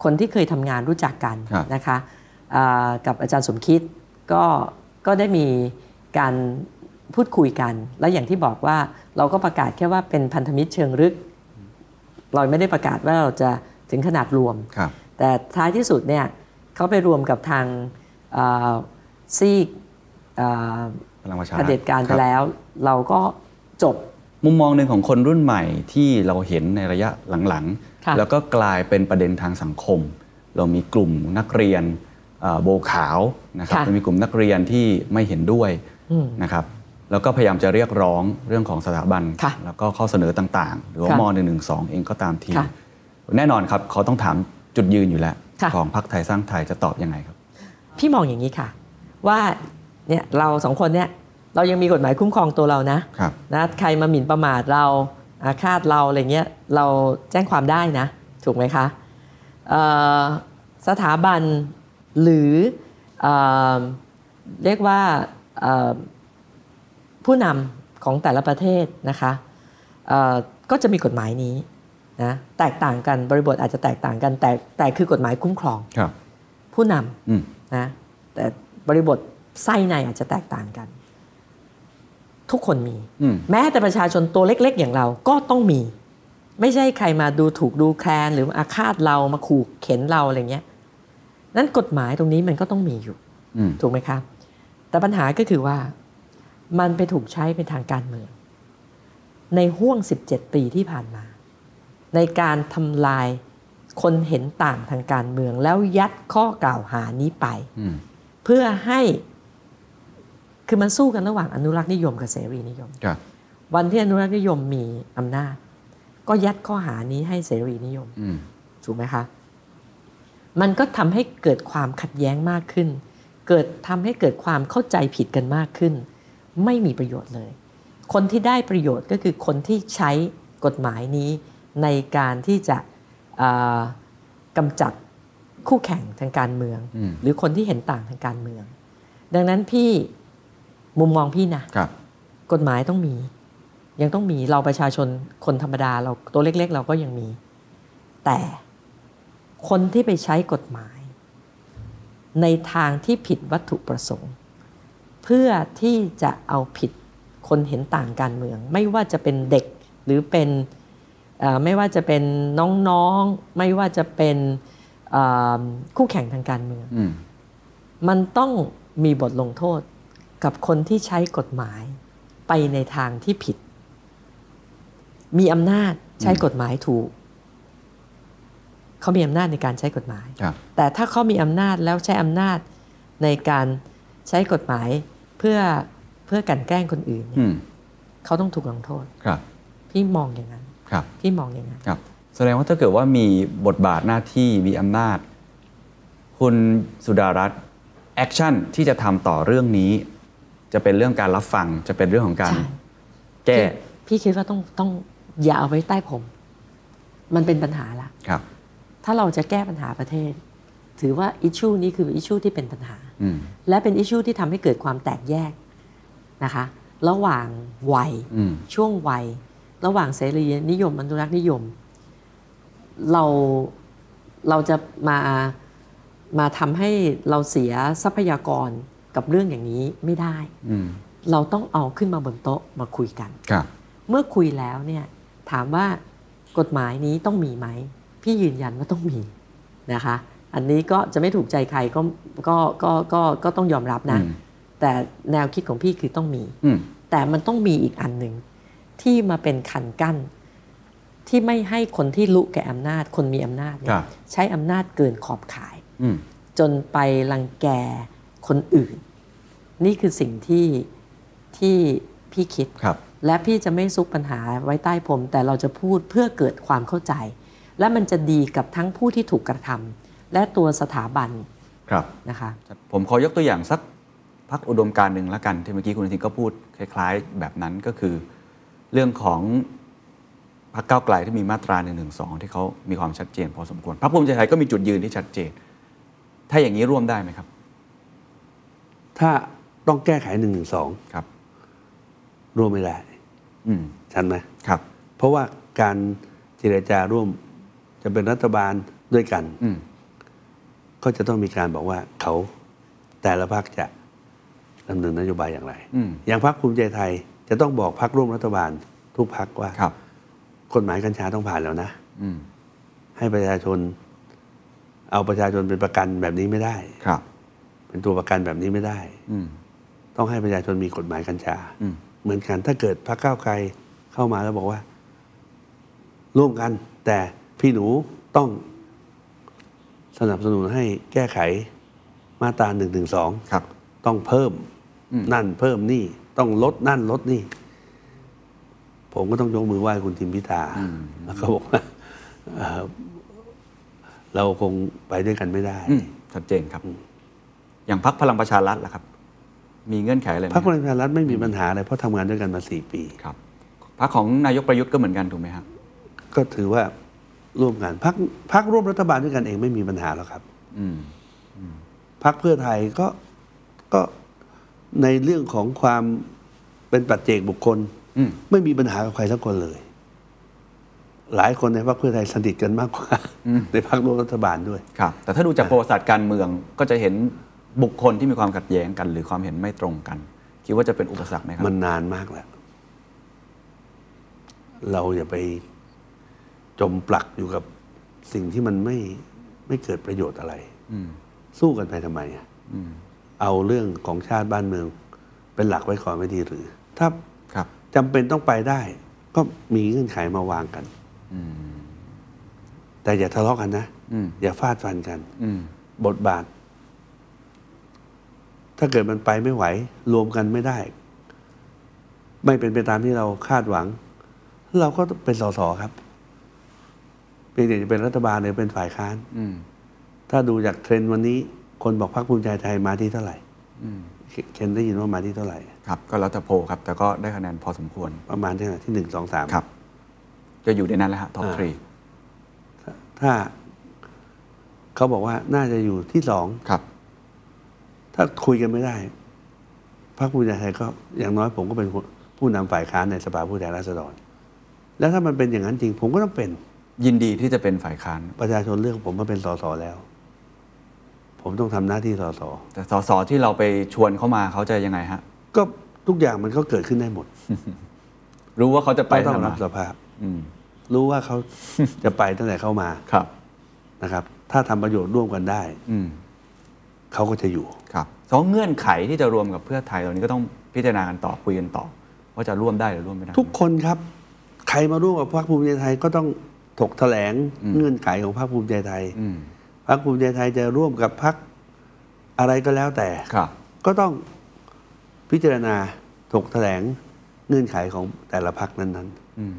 คนที่เคยทำงานรู้จักกัน ครับ นะคะอ่ากับอาจารย์สมคิดก็ก็ได้มีการพูดคุยกัน และอย่างที่บอกว่าเราก็ประกาศแค่ว่าเป็นพันธมิตรเชิงลึก เราไม่ได้ประกาศว่าเราจะถึงขนาดรวม ครับ แต่ท้ายที่สุดเนี่ยเขาไปรวมกับทางอ่าซีกอ่า พลังประชา เผ รัฐ ด็จการ ค ไป บ แล้ว เราก็จบ มุมมองหนึ่งของคนรุ่นใหม่ที่เราเห็นในระยะหลัง ค่ะ ๆ แล้วก็กลายเป็นประเด็นทางสังคม เรามีกลุ่มนักเรียนเอ่อโบขาวนะครับ ค่ะ เรามีกลุ่มนักเรียนที่ไม่เห็นด้วย อืม นะครับ แล้วก็พยายามจะเรียกร้องเรื่องของสถาบัน ค่ะ แล้วก็ข้อเสนอต่างๆ หรือว่า ค่ะ ม .112 เองก็ตามที ค่ะ แน่นอนครับเขาต้องถามจุดยืนอยู่แล้ว ค่ะ ของพรรคไทยสร้างไทยจะตอบยังไงครับ พี่มองอย่างนี้ค่ะ ว่า เนี่ยเราสองคนเนี่ยเรายังมีกฎหมายคุ้มครองตัวเรานะครับ นะใครมาหมิ่นประมาทเราอาฆาตเราอะไรเงี้ยเราแจ้งความได้นะ ถูกไหมคะเอ่อสถาบันหรือเออเรียกว่าเอ่อผู้นำของแต่ละประเทศนะคะเอ่อก็จะมีกฎหมายนี้นะแตกต่างกันบริบทอาจจะแตกต่างกันแต่แต่คือกฎหมายคุ้มครอง ครับ ผู้น อืม ำนะแต่บริบทไส้ในอาจจะแตกต่างกัน ทุกคนมี อืม แม้แต่ประชาชนตัวเล็ก ๆ อย่างเราก็ต้องมี ไม่ใช่ใครมาดูถูกดูแคลน หรือมาอาฆาตเรามาขู่เข็นเราอะไรเงี้ยนั้นกฎหมายตรงนี้มันก็ต้องมีอยู่ อืม ถูกไหมคะ แต่ปัญหาก็คือว่ามันไปถูกใช้เป็นทางการเมือง ในห่วง 17 ปีที่ผ่านมา ในการทำลายคนเห็นต่างทางการเมือง แล้วยัดข้อกล่าวหานี้ไป อืม เพื่อให้คือมันสู้กันระหว่างอนุรักษ์นิยมกับเสรีนิยม ครับ วันที่อนุรักษ์นิยมมีอำนาจ ก็ยัดข้อหานี้ให้เสรีนิยม อืม ถูกไหมคะ มันก็ทำให้เกิดความขัดแย้งมากขึ้น เกิดทำให้เกิดความเข้าใจผิดกันมากขึ้น ไม่มีประโยชน์เลย คนที่ได้ประโยชน์ก็คือคนที่ใช้กฎหมายนี้ในการที่จะเอ่อกำจัดคู่แข่งทางการเมือง อืม หรือคนที่เห็นต่างทางการเมือง ดังนั้นพี่มุมมองพี่นะ ครับ กฎหมายต้องมี ยังต้องมีเราประชาชนคนธรรมดาเราตัวเล็ก ๆ เราก็ยังมี แต่คนที่ไปใช้กฎหมาย ในทางที่ผิดวัตถุประสงค์ เพื่อที่จะเอาผิดคนเห็นต่างการเมือง ไม่ว่าจะเป็นเด็กหรือเป็นเอ่อไม่ว่าจะเป็นน้องๆ ไม่ว่าจะเป็นเอ่อคู่แข่งทางการเมือง อืม มันต้องมีบทลงโทษกับคนที่ใช้กฎหมายไปในทางที่ผิด มีอำนาจใช้กฎหมายถูก เขามีอำนาจในการใช้กฎหมาย ครับ แต่ถ้าเขามีอำนาจแล้วใช้อำนาจในการใช้กฎหมายเพื่อเพื่อกลันแกล้งคนอื่นเนี่ อื ย ม เขาต้องถูกลงโทษ ครับ พี่มองอย่างนั้น ครับ พี่มองอย่างนั้น ครับ แสดงว่าถ้าเกิดว่ามีบทบาทหน้าที่มีอำนาจ คุณสุดารัตน์แอคชั่นที่จะทำต่อเรื่องนี้ จะเป็นเรื่องการรับฟัง จะเป็นเรื่องของการ ใช่ แก้ พี่คิดว่าต้องต้องอย่าเอาไว้ใต้ผม มันเป็นปัญหาละ ครับ ถ้าเราจะแก้ปัญหาประเทศ ถือว่าอิชชูนี้คืออิชชูที่เป็นปัญหา อืม และเป็นอิชชูที่ทำให้เกิดความแตกแยกนะคะ ระหว่างวัย อืม ช่วงวัย ระหว่างเสรีนิยมอนุรักษ์นิยม เราเราจะมามาทำให้เราเสียทรัพยากรกับเรื่องอย่างนี้ไม่ได้ อืม เราต้องเอาขึ้นมาบนโต๊ะมาคุยกัน ครับ เมื่อคุยแล้วเนี่ยถามว่ากฎหมายนี้ต้องมีไหม พี่ยืนยันว่าต้องมีนะคะ อันนี้ก็จะไม่ถูกใจใครก็ก็ก็ก็ก็ต้องยอมรับนะ อืม แต่แนวคิดของพี่คือต้องมี อืม แต่มันต้องมีอีกอันหนึ่งที่มาเป็นขันกั้น ที่ไม่ให้คนที่ลุกแก่อำนาจ คนมีอำนาจเนี่ ครั ย บ ใช้อำนาจเกินขอบข่าย อืม จนไปรังแกคนอื่น นี่คือสิ่งที่ที่พี่คิด ครับ และพี่จะไม่ซุกปัญหาไว้ใต้ผม แต่เราจะพูดเพื่อเกิดความเข้าใจ และมันจะดีกับทั้งผู้ที่ถูกกระทำและตัวสถาบัน ครับ นะคะ ผมขอยกตัวอย่างสักพักอุดมการณ์หนึ่งละกัน ที่เมื่อกี้คุณอนุทินก็พูดคล้ายๆ แบบนั้นก็คือ เรื่องของพรรคก้าวไกลที่มีมาตรา1นึที่เขามีความชัดเจนพอสมควรพรรคภูมิใจไทยก็มีจุดยืนที่ชัดเจน ถ้าอย่างนี้ร่วมได้ไหมครับ ถ้าต้องแก้ไขหนึ่งหนึ่งสอง ครับ ร่วมไม่ได้ อืม ชันไหม ครับ เพราะว่าการเจรจาร่วมจะเป็นรัฐบาลด้วยกัน อืม ก็จะต้องมีการบอกว่าเขาแต่ละพรรคจะดำเนินนโยบายอย่างไร อืม อย่างพรรคภูมิใจไทยจะต้องบอกพรรคร่วมรัฐบาล ทุกพรรคว่า ครับ กฎหมายกัญชาต้องผ่านแล้วนะ อืม ให้ประชาชน เอาประชาชนเป็นประกันแบบนี้ไม่ได้ ครับ เป็นตัวประกันแบบนี้ไม่ได้ อืม ต้องให้ประชาชนมีกฎหมายกัญชา อืม เหมือนกัน ถ้าเกิดพรรคก้าวไกลเข้ามาแล้วบอกว่า ร่วมกัน แต่พี่หนูต้องสนับสนุนให้แก้ไขมาตราหนึ่งถึงสอง ครับ ต้องเพิ่ม อืม นั่นเพิ่มนี่ ต้องลดนั่นลดนี่ ผมก็ต้องยกมือไหว้คุณทิมพิธาแล้วก็บอกว่าเอ่อเราคงไปด้วยกันไม่ได้ อืมชัดเจนครับ อย่างพักพลังประชารัฐล่ะครับ มีเงื่อนไขอะไรไหม พรรคพลังประชารัฐไม่มีปัญหาอะไรเพราะทำงานด้วยกันมาสี่ปี ครับพรรคของนายกประยุทธ์ก็เหมือนกันถูกไหมครับ ก็ถือว่าร่วมกันพรรคพรรคร่วมรัฐบาลด้วยกันเองไม่มีปัญหาหรอกครับ อืม พรรคเพื่อไทยก็ก็ในเรื่องของความเป็นปัจเจกบุคคล อืม ไม่มีปัญหากับใครสักคนเลย หลายคนในพรรคเพื่อไทยสนิทกันมากกว่า ในพรรคร่วมรัฐบาลด้วย ครับ แต่ถ้าดูจากประวัติศาสตร์การเมืองก็จะเห็นบุคคลที่มีความขัดแย้งกัน หรือความเห็นไม่ตรงกัน คิดว่าจะเป็นอุปสรรคไหมครับ มันนานมากแล้ว เราอย่าไปจมปลักอยู่กับสิ่งที่มันไม่ไม่เกิดประโยชน์อะไร อืม สู้กันไปทำไมอะ อืม เอาเรื่องของชาติบ้านเมือง เป็นหลักไว้ก่อนไม่ดีหรือ ถ้า ครับ จำเป็นต้องไปได้ ก็มีเงื่อนไขมาวางกัน อืม แต่อย่าทะเลาะกันนะ อืม อย่าฟาดฟันกัน อืม บทบาท ถ้าเกิดมันไปไม่ไหว รวมกันไม่ได้ ไม่เป็นไปตามที่เราคาดหวัง เราก็เป็นสสครับเพียงแต่จะเป็นรัฐบาลหรือเป็นฝ่ายค้าน อืม ถ้าดูจากเทรนด์วันนี้ คนบอกพรรคภูมิใจไทยมาที่เท่าไหร่ อืม เคนเคนได้ยินว่ามาที่เท่าไหร่ ครับ ก็แล้วแต่โพลครับ แต่ก็ได้คะแนนพอสมควร ประมาณเท่าไหร่ที่หนึ่งสองสาม ครับ จะอยู่ในนั้นแหละฮะท็อป อ่า ทรี ถ้า เขาบอกว่าน่าจะอยู่ที่สอง ครับ ถ้าคุยกันไม่ได้ พรรคภูมิใจไทยก็อย่างน้อยผมก็เป็นผู้ผู้นำฝ่ายค้านในสภาผู้แทนราษฎร แล้วถ้ามันเป็นอย่างนั้นจริง ผมก็ต้องเป็น ยินดีที่จะเป็นฝ่ายค้าน ประชาชนเลือกผมมาเป็นสสแล้ว ผมต้องทำหน้าที่สส แต่สสที่เราไปชวนเข้ามาเขาจะยังไงฮะ ก็ทุกอย่างมันก็เกิดขึ้นได้หมด (laughs) รู้ว่าเขาจะไป ก็ต้อง ทำไม รับสภาพ อืม รู้ว่า (laughs) เขา จะไปตั้งแต่เข้ามา ครับ นะครับ ถ้าทำประโยชน์ร่วมกันได้ อืม เขาก็จะอยู่ ครับสองเงื่อนไขที่จะรวมกับเพื่อไทยตอนนี้ก็ต้องพิจารณากันต่อคุยกันต่อ ว่าจะร่วมได้หรือร่วมไม่ได้ ทุกคนครับ ใครมาร่วมกับพรรคภูมิใจไทยก็ต้องถกแถลง อืม เงื่อนไขของพรรคภูมิใจไทย อืม พรรคภูมิใจไทยจะร่วมกับพรรคอะไรก็แล้วแต่ ครับ ก็ต้องพิจารณาถกแถลงเงื่อนไขของแต่ละพรรคนั้น อืม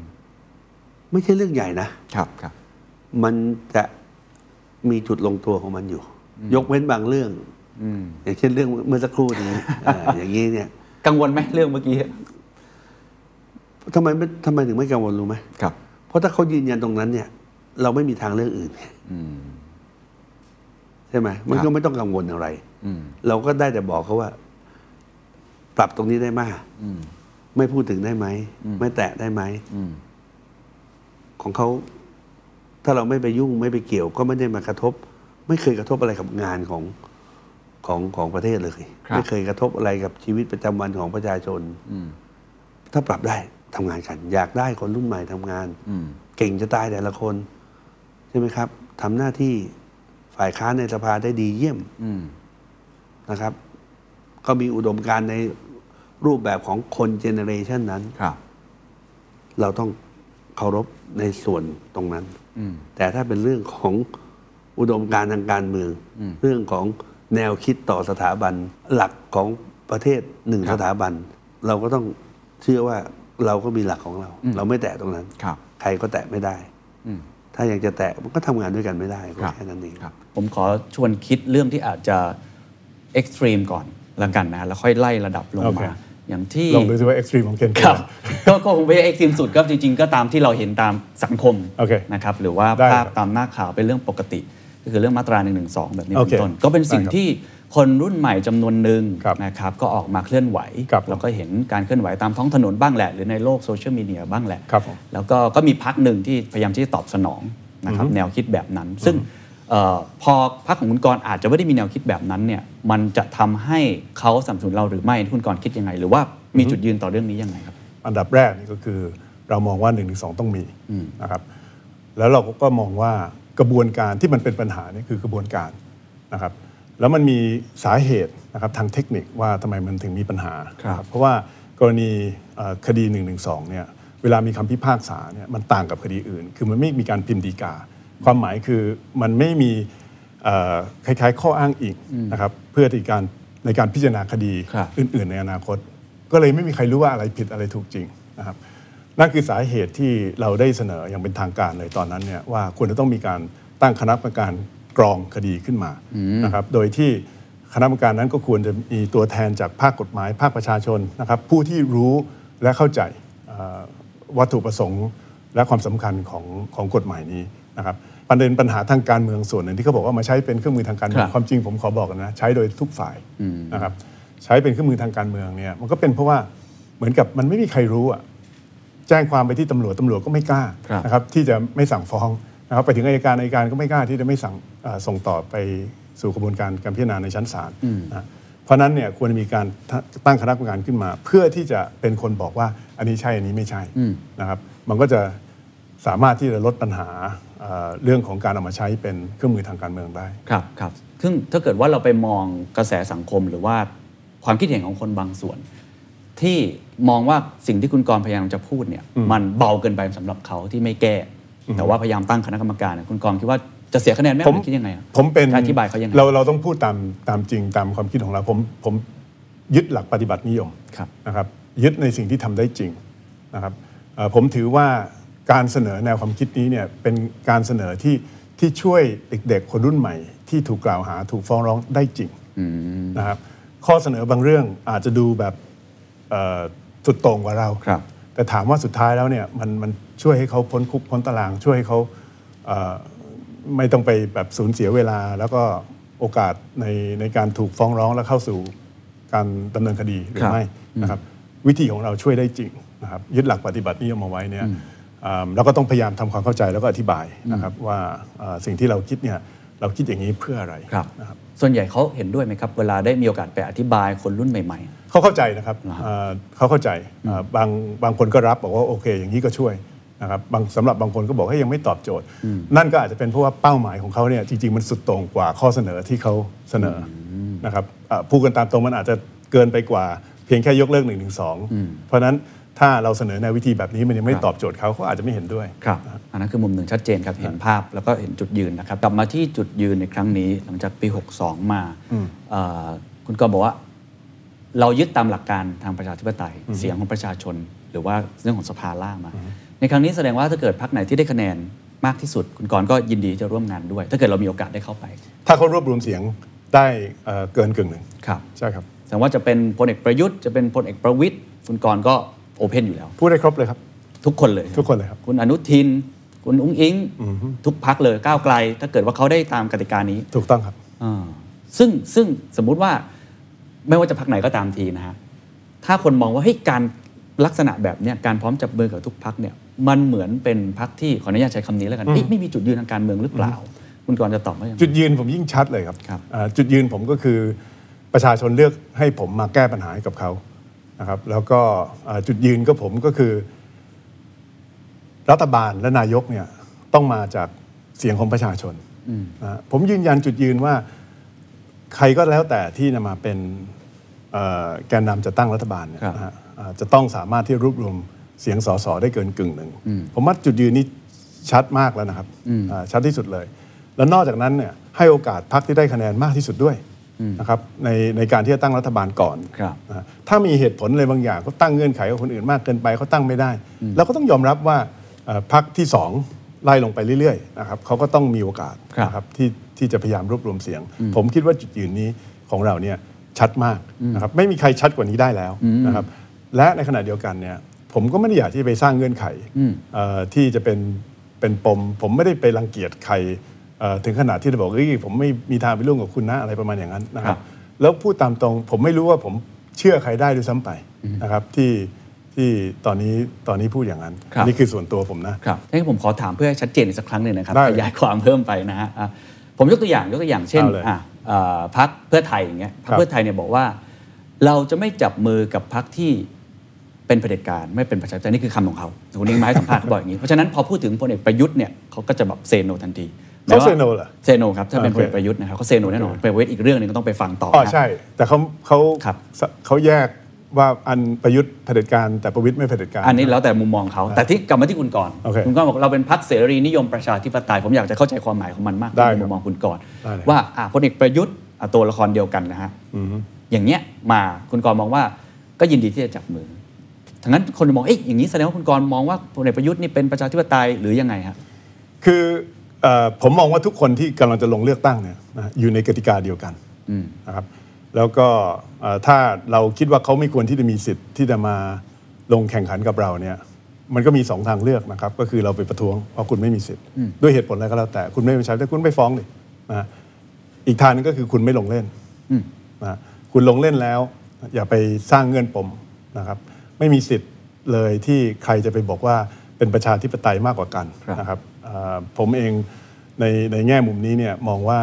ๆ ไม่ใช่เรื่องใหญ่นะ ครับครับ มันจะมีจุดลงตัวของมันอยู่ ยกเว้นบางเรื่อง อืม อย่างเช่นเรื่องเมื่อสักครู่ (laughs) นี้ อ่าอย่างนี้เนี่ย กังวลไหมเรื่องเมื่อกี้ ทำไมไม่ทำไมถึงไม่กังวลรู้ไหม ครับ เพราะถ้าเขายืนยันตรงนั้นเนี่ย เราไม่มีทางเลือกอื่น อืม ใช่ไหมมัน ครั ก็ บ ไม่ต้องกังวลอะไร อืม เราก็ได้แต่บอกเขาว่า ปรับตรงนี้ได้มาก อืม ไม่พูดถึงได้ไหม อืม ไม่แตะได้ไหม อืม ของเขา ถ้าเราไม่ไปยุ่งไม่ไปเกี่ยว ก็ไม่ได้มากระทบ ไม่เคยกระทบอะไรกับงานของของของประเทศเลย ไม่เคยกระทบอะไรกับชีวิตประจำวันของประชาชน อืม ถ้าปรับได้ทำงานกัน อยากได้คนรุ่นใหม่ทำงาน อืม เก่งจะตายแต่ละคน ใช่ไหมครับทำหน้าที่ฝ่ายค้านในสภาได้ดีเยี่ยม อืม นะครับ ก็มีอุดมการณ์ในรูปแบบของคนเจเนเรชันนั้น ครับ เราต้องเคารพในส่วนตรงนั้น อืม แต่ถ้าเป็นเรื่องของอุดมการณ์ทางการเมือง อืม เรื่องของแนวคิดต่อสถาบันหลักของประเทศหนึ่ง ครับ สถาบัน เราก็ต้องเชื่อว่าเราก็มีหลักของเรา อืม เราไม่แตะตรงนั้น ครับ ใครก็แตะไม่ได้ อืม ถ้าอยากจะแตะมันก็ทำงานด้วยกันไม่ได้ก็ ครับ แค่นั้นเอง ครับ ผมขอชวนคิดเรื่องที่อาจจะเอ็กซ์ตรีมก่อนละกันนะ แล้วค่อยไล่ระดับลง โอเค มา อย่างที่ ลองดูซิว่าเอ็กซ์ตรีมของเคนเป็น ครั อะ บ ไร ก็ก็คงไม่เอ็กซ์ตรีมสุดครับจริง ๆ ก็ตามที่เราเห็นตามสังคม โอเค นะครับหรือว่า ได้ ภาพ ครับ ตามหน้าข่าวเป็นเรื่องปกติ ก็คือเรื่องมาตรา1นึแบบนี้ โอ เป็ เคน ต้น ก็เป็นสิ่ง ได้ครับ ที่คนรุ่นใหม่จำนวนหนึ่งนะครับก็ออกมาเคลื่อนไหว ครับผม เราก็เห็นการเคลื่อนไหวตามท้องถนนบ้างแหละ หรือในโลกโซเชียลมีเดียบ้างแหละ ครับผม แล้วก็ก็มีพักหนึ่งที่พยายามที่จะตอบสนองนะครับ อือฮึ แนวคิดแบบนั้น ซึ่งเออพอพักของคุณกรณ์อาจจะไม่ได้มีแนวคิดแบบนั้นเนี่ยมันจะทำให้เขาสนับสนุนเราหรือไม่คุณกรณ์คิดยังไง หรือว่ามี อือฮึ จุดยืนต่อเรื่องนี้ยังไงครับ อันดับแรกนี่ก็คือเรามองว่า1นึต้องมี อืม นะครับแล้วเราก็มองว่ากระบวนการที่มันเป็นปัญหานี่คือกระบวนการนะครับแล้วมันมีสาเหตุนะครับทางเทคนิคว่าทำไมมันถึงมีปัญหา ครับ เพราะว่ากรณีเอ่อคดี1นึเนี่ยเวลามีคำพิพากษาเนี่ยมันต่างกับคดีอื่น คือมันไม่มีการพิมพ์ดีกา ความหมายคือมันไม่มีเอ่อคล้ายๆ ข้ออ้างอิงนะครับเพื่อที่การในการพิจารณาคดี ครับ อื่นๆในอนาคต ก็เลยไม่มีใครรู้ว่าอะไรผิดอะไรถูกจริงนะครับนั่นคือสาเหตุที่เราได้เสนออย่างเป็นทางการเลยตอนนั้นเนี่ยว่าควรจะต้องมีการตั้งคณะกรรมการกรองคดีขึ้นมานะครับโดยที่ คณะกรรมการนั้นก็ควรจะมีตัวแทนจากภาคกฎหมาย ภาคประชาชนนะครับ ผู้ที่รู้และเข้าใจเอ่อวัตถุประสงค์ และความสำคัญของของกฎหมายนี้นะครับประเด็นปัญหาทางการเมืองส่วนหนึ่งที่เขาบอกว่ามาใช้เป็นเครื่องมือทางการเมืองครับ ความจริงผมขอบอกนะใช้โดยทุกฝ่าย นะครับใช้เป็นเครื่องมือทางการเมืองเนี่ยมันก็เป็นเพราะว่าเหมือนกับมันไม่มีใครรู้อะแจ้งความไปที่ตำรวจตำรวจก็ไม่กล้า ครับ นะครับที่จะไม่สั่งฟ้องนะครับไปถึงอายการอายการก็ไม่กล้าที่จะไม่สั่งเอ่อส่งต่อไปสู่กระบวนการการพิจารณาในชั้นศาล อืม เพราะฉะนั้นเนี่ยควรจะมีการตตั้งคณะกรรมการขึ้นมา เพื่อที่จะเป็นคนบอกว่าอันนี้ใช่อันนี้ไม่ใช่ อืม นะครับมันก็จะสามารถที่จะลดปัญหาเอ่อเรื่องของการเอามาใช้เป็นเครื่องมือทางการเมืองได้ ครับครับซึ่งถ้าเกิดว่าเราไปมองกระแสสังคมหรือว่าความคิดเห็นของคนบางส่วน ที่มองว่าสิ่งที่คุณกรณ์พยายามจะพูดเนี่ย อืม มันเบาเกินไปสำหรับเขาที่ไม่แก้ อืม แต่ว่าพยายามตั้งคณะกรรมการเนี่ยคุณกรณ์คิดว่าจะเสียคะแนนไหมหรือคิดยังไงอะ ผมเป็น จะอธิบายเขายังไง เราเราต้องพูดตามตามจริงตามความคิดของเราผมผมยึดหลักปฏิบัตินิยม ครับ นะครับยึดในสิ่งที่ทำได้จริงนะครับเอ่อผมถือว่าการเสนอแนวความคิดนี้เนี่ยเป็นการเสนอที่ที่ช่วยเด็กๆคนรุ่นใหม่ ที่ถูกกล่าวหาถูกฟ้องร้องได้จริงนะครับข้อเสนอบางเรื่องอาจจะดูแบบเอ่อสุดโต่งกว่าเรา ครับ แต่ถามว่าสุดท้ายแล้วเนี่ยมันมันช่วยให้เขาพ้นคุกพ้นตาราง ช่วยให้เขาเอ่อ ไม่ต้องไปแบบสูญเสียเวลา แล้วก็โอกาสในในการถูกฟ้องร้องและเข้าสู่การดำเนินคดีหรือ ครับ ไม่นะครับวิธีของเราช่วยได้จริงนะครับยึดหลักปฏิบัตินิยมเอาไว้เนี่ยอ่าแล้วก็ต้องพยายามทำความเข้าใจแล้วก็อธิบายนะครับว่าเอ่อสิ่งที่เราคิดเนี่ยเราคิดอย่างนี้เพื่ออะไร ครับ ส่วนใหญ่เขาเห็นด้วยไหมครับ เวลาได้มีโอกาสไปอธิบายคนรุ่นใหม่ เขาเข้าใจนะครับเอ่อเขาเข้าใจเอ่อบางบางคนก็รับบอกว่าโอเค อย่างนี้ก็ช่วยนะครับบางสำหรับบางคนก็บอกให้ยยังไม่ตอบโจทย์ นั่นก็อาจจะเป็นเพราะว่าเป้าหมายของเขาเนี่ยจริงๆมันสุดโต่งกว่าข้อเสนอที่เขาเสนออนะครับเอ่อพูดกันตามตรงมันอาจจะเกินไปกว่าเพียงแค่ยกเลิกหนึ่งถึงสองเพราะฉะนั้นถ้าเราเสนอในววิธีแบบนี้มันยังไม่ตอบโจทย์เขาเขาอาจจะไม่เห็นด้วย ๆ ครับ อันนั้นคือมุมหนึ่งชัดเจนครับ เห็นภาพแล้วก็เห็นจุดยืนนะครับ กลับมาที่จุดยืนในครั้งนี้ หลังจากปี 62 มา อืม เอ่อคุณกรณ์บอกว่า เรายึดตามหลักการทางประชาธิปไตย อือฮึ เสียงของประชาชน หรือว่าเรื่องของสภาล่างมา ในครั้งนี้แสดงว่าถ้าเกิดพรรคไหนที่ได้คะแนนมากที่สุด คุณกรณ์ก็ยินดีจะร่วมงานด้วย ถ้าเกิดเรามีโอกาสได้เข้าไป ถ้าเขารวบรวมเสียงได้เอ่อเกินกึ่งหนึ่ง ครับ ใช่ครับ แสดงว่าจะเป็นพลเอกประยุทธ์จะเป็นพลเอกประวิตยคุณกรณ์ก็โอเพนอยู่แล้ว พูดได้ครบเลยครับ ทุกคนเลย ทุกคนเลยครับ คุณอนุทิน คุณอุ้งอิง อือฮึ ทุกพักเลยก้าวไกล ถ้าเกิดว่าเขาได้ตามกติกานี้ ถูกต้องครับ อ่าซึ่งซึ่งสมมุติว่าไม่ว่าจะพักไหนก็ตามทีนะฮะ ถ้าคนมองว่าเฮ้ยการลักษณะแบบเนี้ยการพร้อมจับมือกับทุกพักเนี่ยมันเหมือนเป็นพักที่ขออนุญาตใช้คำนี้แล้วกัน อืม เอ๊ะไม่มีจุดยืนทางการเมืองหรือเปล่า คุณกรณ์จะตอบว่ายังไง จุดยืนผมยิ่งชัดเลยครับ ครับ อ่าจุดยืนผมก็คือประชาชนเลือกให้ผมมาแก้ปัญหาให้กับเขานะครับ แล้วก็อ่าจุดยืนก็ผมก็คือ รัฐบาลและนายกเนี่ยต้องมาจากเสียงของประชาชน อืม นะผมยืนยันจุดยืนว่าใครก็แล้วแต่ที่จะมาเป็นเอ่อแกนนำจะตั้งรัฐบาลเนี่ย ครับ นะฮะอ่าจะต้องสามารถที่รวบรวมเสียงสสได้เกินกึ่งหนึ่ง อืม ผมว่าจุดยืนนี้ชัดมากแล้วนะครับ อืม อ่าชัดที่สุดเลย แล้วนอกจากนั้นเนี่ยให้โอกาสพรรคที่ได้คะแนนมากที่สุดด้วย อืม นะครับในในการที่จะตั้งรัฐบาลก่อน ครับ นะถ้ามีเหตุผลอะไรบางอย่างเขาตั้งเงื่อนไขกับคนอื่นมากเกินไปเขาตั้งไม่ได้เราก็ต้องยอมรับว่าเอ่อพรรคที่สองไล่ลงไปเรื่อยๆนะครับเขาก็ต้องมีโอกาส ครับ นะครับที่ที่จะพยายามรวบรวมเสียง ผมคิดว่าจุดยืนนี้ของเราเนี่ยชัดมากนะครับไม่มีใครชัดกว่านี้ได้แล้ว อืม นะครับและในขณะเดียวกันเนี่ยผมก็ไม่ได้อยากที่จะไปสร้างเงื่อนไข อืม เอ่อที่จะเป็นเป็นปม ผมไม่ได้ไปรังเกียจใครเอ่อถึงขนาดที่จะบอกเอ้ยผมไม่มีทางไปร่วมกับคุณนะอะไรประมาณอย่างนั้นนะค ครั รับบ แล้วพูดตามตรง ผมไม่รู้ว่าผมเชื่อใครได้ด้วยซ้ำไปนะครับที่ที่ตอนนี้ตอนนี้พูดอย่างนั้น ครับ นี่คือส่วนตัวผมนะ ครับงั้นผมขอถามเพื่อให้ชัดเจนอีกสักครั้งหนึ่งนะครับ ได้ ขยายความเพิ่มไปนะฮะอ่ะผมยกตัวอย่างยกตัวอย่างเช่น เอาเลย อ่ะเอ่อพักเพื่อไทยอย่างเงี้ยพัก ครับ เพื่อไทยเนี่ยบอกว่า เราจะไม่จับมือกับพักที่เป็นเผด็จการไม่เป็นประชาธิปไตยนี่คือคำของเขาคุณนิ่งไมาให้สัมภาษณ์เขาบอกอย่างนี้เพราะฉะนั้นพอพูดถึงพลเอกประยุทธ์เนี่ยเขาก็จะแบบเซโนทันทีแม้ว่ เขาเซโนเหรอ เซโนครับถ้าเป็น โอเคพลเอกประยุทธ์นะครับเขาเซโนแน่นอนประเวทอีกเรื่องหนึงก็ต้องไปฟังต่อ อ๋อ นะ ใช่ แต่เขาเขา ครับ เขาแยกว่าอันประยุทธ์เผด็จการแต่ประวิตยไม่เผด็จการ อันนี้แล้วแต่มุมมองเขา แต่ที่กลับมาที่คุณก่อน โอเค คุณก่อนบอกเราเป็นพักเสรีนิยมประชาธิปไตย ผมอยากจะเข้าใจความหมายของมันมากขึ้น ได้ครับ ในมุมมองคุณก่อน ได้เลย ว่าอ่ะพลเอกประยุทธ์อ่ะตัวละครเดียวกันนะฮะ อืม อย่างเนี้ยมาคุณกรณ์มองว่าก็ยินดีที่จะจับมือทั้งนั้นคนมองเอ๊ะอย่างนี้แสดงว่าคุณกรณ์มองว่าพลเอกประยุทธ์นี่เป็นประชาธิปไตยหรือยังไงฮะ คือเอ่อผมมองว่าทุกคนที่กำลังจะลงเลือกตั้งเนี่ยนะอยู่ในกติกาเดียวกัน อืม นะครับ แล้วก็เอ่อถ้าเราคิดว่าเขาไม่ควรที่จะมีสิทธิ์ที่จะมาลงแข่งขันกับเราเนี่ยมันก็มีสองทางเลือกนะครับ ก็คือเราไปประท้วงเพราะคุณไม่มีสิทธิ์ อืม ด้วยเหตุผลอะไรก็แล้วแต่คุณไม่มีใช้แต่คุณไปฟ้องดินะฮะอีกทางหนึงก็คือคุณไม่ลงเล่น อืม นะฮะคุณลงเล่นแล้ว อย่าไปสร้างเงื่อนปมนะครับ ไม่มีสิทธิ์เลยที่ใครจะไปบอกว่าเป็นประชาธิปไตยมากกว่ากันนะครับเอ่อผมเองในในแง่มุมนี้เนี่ยมองว่า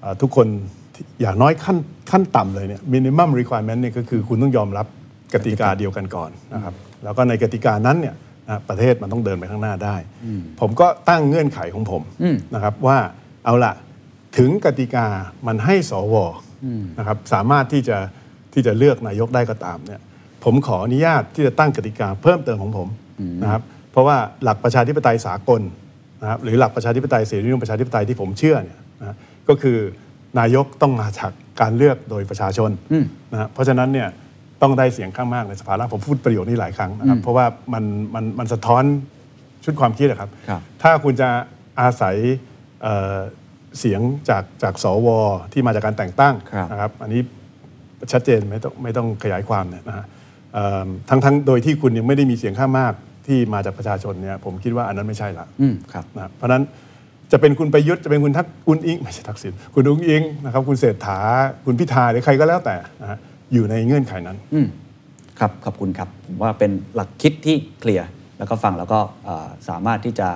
เอ่อทุกคนที่อย่างน้อยขั้นขั้นต่ำเลยเนี่ยมินิมัมรีคว i r เมนต์เนี่ยก็คือคุณต้องยอมรับกติกาเดียวกันก่อนนะครับแล้วก็ในกติกานั้นเนี่ยนะประเทศมันต้องเดินไปข้างหน้าได้ ผมก็ตั้งเงื่อนไขของผม อืม นะครับว่าเอาละถึงกติกามันให้สว นะครับสามารถที่จะที่จะเลือกนายกได้ก็ตามเนี่ยผมขออนุญาตที่จะตั้งกติกาเพิ่มเติมของผมนะครับเพราะว่าหลักประชาธิปไตยสากลนะครับหรือหลักประชาธิปไตยเสรีนิยมประชาธิปไตยที่ผมเชื่อเนี่ยนะก็คือนายกต้องมาจากการเลือกโดยประชาชน อืม นะฮะเพราะฉะนั้นเนี่ยต้องได้เสียงข้างมากในสภาล่างผมพูดประโยคนี้หลายครั้งนะครับ อืม เพราะว่ามันมันมันสะท้อนชุดความคิดอะครับ ครับ ถ้าคุณจะอาศัยเอ่อเสียงจากจากสวที่มาจากการแต่งตั้ง ครับ นะครับ อันนี้ชัดเจนไม่ต้องไม่ต้องขยายความเนี่ยนะฮะเอิ่มทั้งทั้งโดยที่คุณยังไม่ได้มีเสียงข้างมากที่มาจากประชาชนเนี่ยผมคิดว่าอันนั้นไม่ใช่ละ อืมครับ นะเพราะฉะนั้นจะเป็นคุณประยุทธ์จะเป็นคุณทักคุณอิงไม่ใช่ทักษิณคุณอุ้งอิงนะครับคุณเศรษฐาคุณพิธาหรือใครก็แล้วแต่นะฮะอยู่ในเงื่อนไขนั้น อืมครับขอบคุณครับผมว่าเป็นหลักคิดที่เคลียร์แล้วก็ฟังแล้วก็เอ่อสามารถที่จะ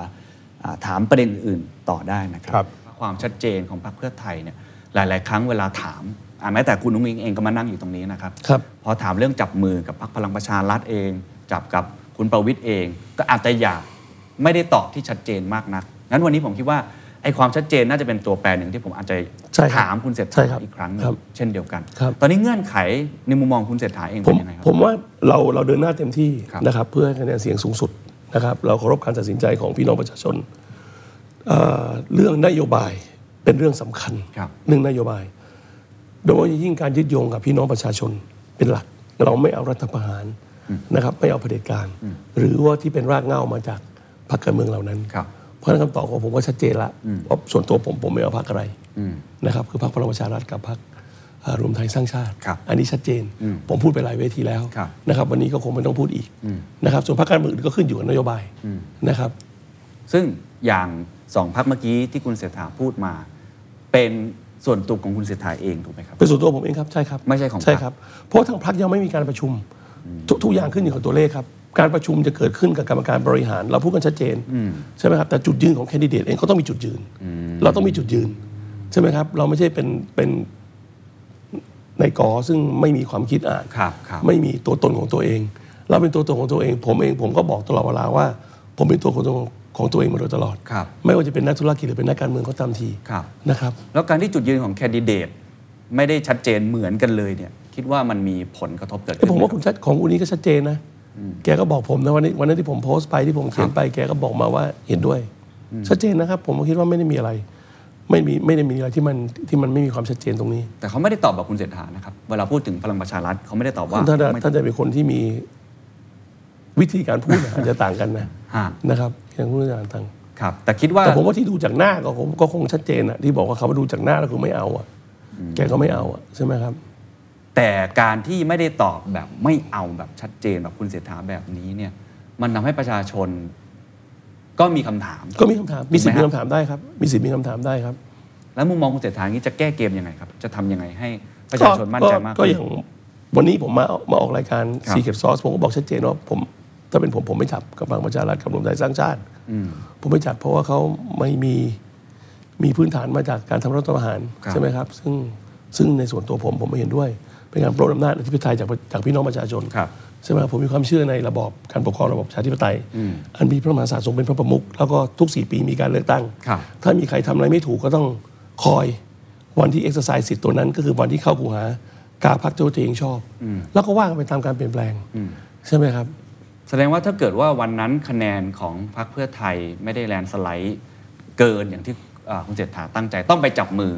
อ่าถามประเด็นอื่นต่อได้นะครับ ความชัดเจนของพรรคเพื่อไทยเนี่ยหลาย ๆ ครั้งเวลาถามอ่าแม้แต่คุณนุ้งอิงเองก็มานั่งอยู่ตรงนี้นะครับ ครับ พอถามเรื่องจับมือกับพรรคพลังประชารัฐเอง จับกับคุณประวิทย์เอง ก็อาจจะอยากไม่ได้ตอบที่ชัดเจนมากนักงั้นวันนี้ผมคิดว่าไอ้ความชัดเจนน่าจะเป็นตัวแปรหนึ่งที่ผมอาจจะ ใช่ครับ ถามคุณเศรษ ใช่คฐารับ อีกครั้งหนึ ครั ง บ เช่นเดียวกัน ครับ ตอนนี้เงื่อนไขในมุมมองคุณเศรษฐาเอง ผ เป็ ม นยังไงครับ ผมว่าเราเราเดินหน้าเต็มที่ ครับ นะครับเพื่อให้คะแนนเสียงสูงสุดนะครับเราเคารพการตัดสินใจของพี่น้องประชาชนเอ่อเรื่องนโยบายเป็นเรื่องสำคัญ ครับ หนึ่งนโยบาย โดยยิ่งการยึดโยงกับพี่น้องประชาชนเป็นหลัก เราไม่เอารัฐประหารนะครับไม่เอาเผด็จการ หรือว่าที่เป็นรากเหง้ามาจากพรรคการเมืองเหล่านั้น ครับ เพราะฉะนั้นคำตอบของผมก็ชัดเจนละ อืม ว่าส่วนตัวผมผมไม่เอาพรรคอะไร อืม นะครับคือพรรคพลังประชารัฐกับพรรคเอ่อรวมไทยสร้างชาติ ครับ อันนี้ชัดเจน อืม ผมพูดไปหลายเวทีแล้ว ครับ นะครับวันนี้ก็คงไม่ต้องพูดอีก อืม นะครับส่วนพรรคการเมืองอื่นก็ขึ้นอยู่กับนโยบาย อืม นะครับ ซึ่งอย่างสองพักเมื่อกี้ที่คุณเศรษฐาพูดมา เป็นส่วนตัวของคุณเศรษฐาเองถูกไหมครับ เป็นส่วนตัวผมเองครับใช่ครับ ไม่ใช่ของพรรค ใช่ครับเพราะทางพรรคยังไม่มีการประชุมทกทุกอย่างขึ้นอยู่กับตัวเลขครับการประชุมจะเกิดขึ้นกับกรรมการบริหาร เราพูดกันชัดเจน อืม ใช่ไหมครับแต่จุดยืนของแคนดิเดตเองก็ต้องมีจุดยืน เราต้องมีจุดยืน ใช่ไหมครับ เราไม่ใช่เป็นเป็นในกอซึ่งไม่มีความคิดอ่าน ครับครับ ไม่มีตัวตนของตัวเอง เราเป็นตัวตนของตัวเอง ผมเองผมก็บอกตลอดเวลาว่า ผมเป็นตัวของตัวของตัวเองมาโดยตลอด ครับ ไม่ว่าจะเป็นนักธุรกิจหรือเป็นนักการเมืองก็ตามที ครับ นะครับ แล้วการที่จุดยืนของแคนดิเดตไม่ได้ชัดเจนเหมือนกันเลยเนี่ย คิดว่ามันมีผลกระทบเกิด เอ้ ขึ้ ย น ผม ไห ว่า ค คุ รับ ณชัดของคุณนี้ก็ชัดเจนนะ แกก็บอกผมนะวันนี้วันนั้นที่ผมโพสต์ไปที่ผมเขียนไป แกก็บอกมาว่าเห็นด้วย ชัดเจนนะครับ ผมก็คิดว่าไม่ได้มีอะไร ไม่มีไม่ได้มีอะไรที่มันที่มันไม่มีความชัดเจนตรงนี้ แต่เขาไม่ได้ตอบแบบคุณเศรษฐานะครับ เวลาพูดถึงพลังประชารัฐเขาไม่ได้ตอบว่า ท่านจะ ไม่ ท่านจะเป็นคนที่มีวิธีการพูดนะ อาจจะต่างกันนะ ฮะ นะครับอย่างพูดอย่างต่าง ครับ แต่คิดว่า แต่ผมว่าที่ดูจากหน้าก็ผมก็คงชัดเจนอะที่บอกว่าเขาดูจากหน้าแล้วคือไม่เอาอะแกก็ไม่เอาอะใช่ไหมครับ แต่การที่ไม่ได้ตอบแบบไม่เอาแบบชัดเจนแบบคุณเศรษฐาแบบนี้เนี่ย มันทำให้ประชาชนก็มีคำถาม ก็มีคำถามมีสิทธิ์มี ถูกไห คำถามได้ครับ มีสิทธิ์มีคำถามได้ครับ แล้วมุมมองคุณเศรษฐาอย่างนี้จะแก้เกมยังไงครับ จะทำยังไงให้ประชาชนมั่นใจมาก ก็ ขึ้น อย่างวันนี้ผมมามาออกรายการ ครับ Secret Sauce ผมก็บอกชัดเจนว่าผมถ้าเป็นผมผมไม่จับกับพลังประชารัฐกับรวมไทยสร้างชาติ อืม ผมไม่จับเพราะว่าเขาไม่มีมีพื้นฐานมาจากการทำรัฐประหาร ครับ ใช่ไหมครับ ซึ่งซึ่งในส่วนตัวผมผมไม่เห็นด้วย เป็นการปล้นอำนาจอธิปไตยจากจากพี่น้องประชาชน ครับ ใช่ไหมครับผมมีความเชื่อในระบอบการปกครองระบอบประชาธิปไตย อืม อันมีพระมหากษัตริย์ทรงเป็นพระประมุขแล้วก็ทุก 4 ปีมีการเลือกตั้ง ครับ ถ้ามีใครทำอะไรไม่ถูกก็ต้องคอยวันที่เอ็กซ์ไซส์สิทธิ์ตัวนั้น ก็คือวันที่เข้ากูหากาพักตัวเองชอบ อืม แล้วก็ว่ากันไปตามการเปลี่ยนแปลง อืม ใช่ไหมครับ แสดงว่าถ้าเกิดว่าวันนั้นคะแนนของพรรคเพื่อไทยไม่ได้แลนด์สไลด์เกินอย่างที่อ่าคุณเศรษฐาตั้งใจต้องไปจับมือ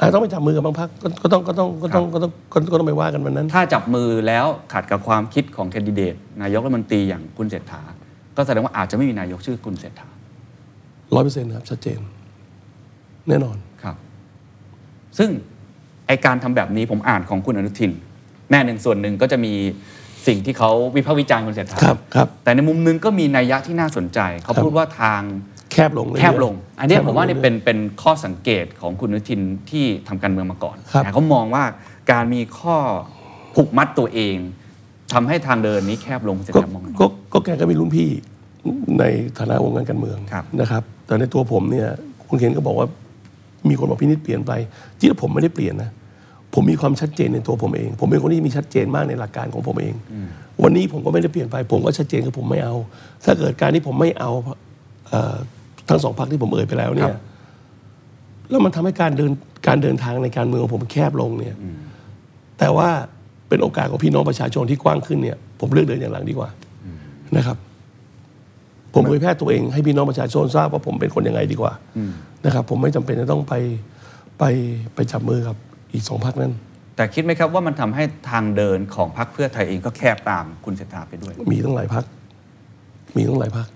อ่ะต้องไปจับมือกับบางพักก็ต้องก็ต้องก็ต้องก็ต้องก็ต้องก็ต้องไปว่ากันวันนั้น ถ้าจับมือแล้วขัดกับความคิดของแคนดิเดต นายกรัฐมนตรีอย่างคุณเศรษฐา ก็แสดงว่าอาจจะไม่มีนายกชื่อคุณเศรษฐา ร้อยเปอร์เซ็นต์ครับ ชัดเจน แน่นอน ครับ ซึ่ง ไอการทำแบบนี้ผมอ่านของคุณอนุทิน แน่หนึ่งส่วนหนึ่งก็จะมีสิ่งที่เขาวิพากษ์วิจารณ์คุณเศรษฐา ครับครับ แต่ในมุมหนึงก็มีนัยยะที่น่าสนใจ เขา ครับ พูดว่าทาง แคบลงเลย แคบลง อันเนี้ย แคบ ผ ลง มว่าเนี่ย เรื่อยๆ เป็นเป็นข้อสังเกตของคุณอนุทินที่ทำการเมืองมาก่อน ครับ แต่เขามองว่าการมีข้อผูกมัดตัวเองทำให้ทางเดินนี้แคบลงเสร็จแล้วมอง ก็ก็แกก็เป็นรุ่นพี่ในฐานะวงการการเมืองนะครับ แต่ในตัวผมเนี่ยคุณเคนก็บอกว่ามีคนบอกพี่นิดเปลี่ยนไปจริงๆแล้วผมไม่ได้เปลี่ยนนะผมมีความชัดเจนในตัวผมเอง ผมเป็นคนที่มีชัดเจนมากในหลักการของผมเอง วันนี้ผมก็ไม่ได้เปลี่ยนไป ผมก็ชัดเจนกับผมไม่เอา ถ้าเกิดการที่ผมไม่เอาเอ่อทั้งสองพรรคที่ผมเอ่ยไปแล้วเนี่ยแล้วมันทำให้การเดินการเดินทางในการเมืองของผมแคบลงเนี่ย แต่ว่าเป็นโอกาสของพี่น้องประชาชนที่กว้างขึ้นเนี่ย ผมเลือกเดินอย่างหลังดีกว่านะครับ ผมเผยแพร่ตัวเองให้พี่น้องประชาชนทราบว่าผมเป็นคนยังไงดีกว่านะครับ ผมไม่จำเป็นจะต้องไปไปไปจับมือกับอีกสองพรรคนั้น แต่คิดไหมครับว่ามันทำให้ทางเดินของพรรคเพื่อไทยเองก็แคบตามคุณเศรษฐาไปด้วย มีตั้งหลายพัก มีตั้งหลายพัก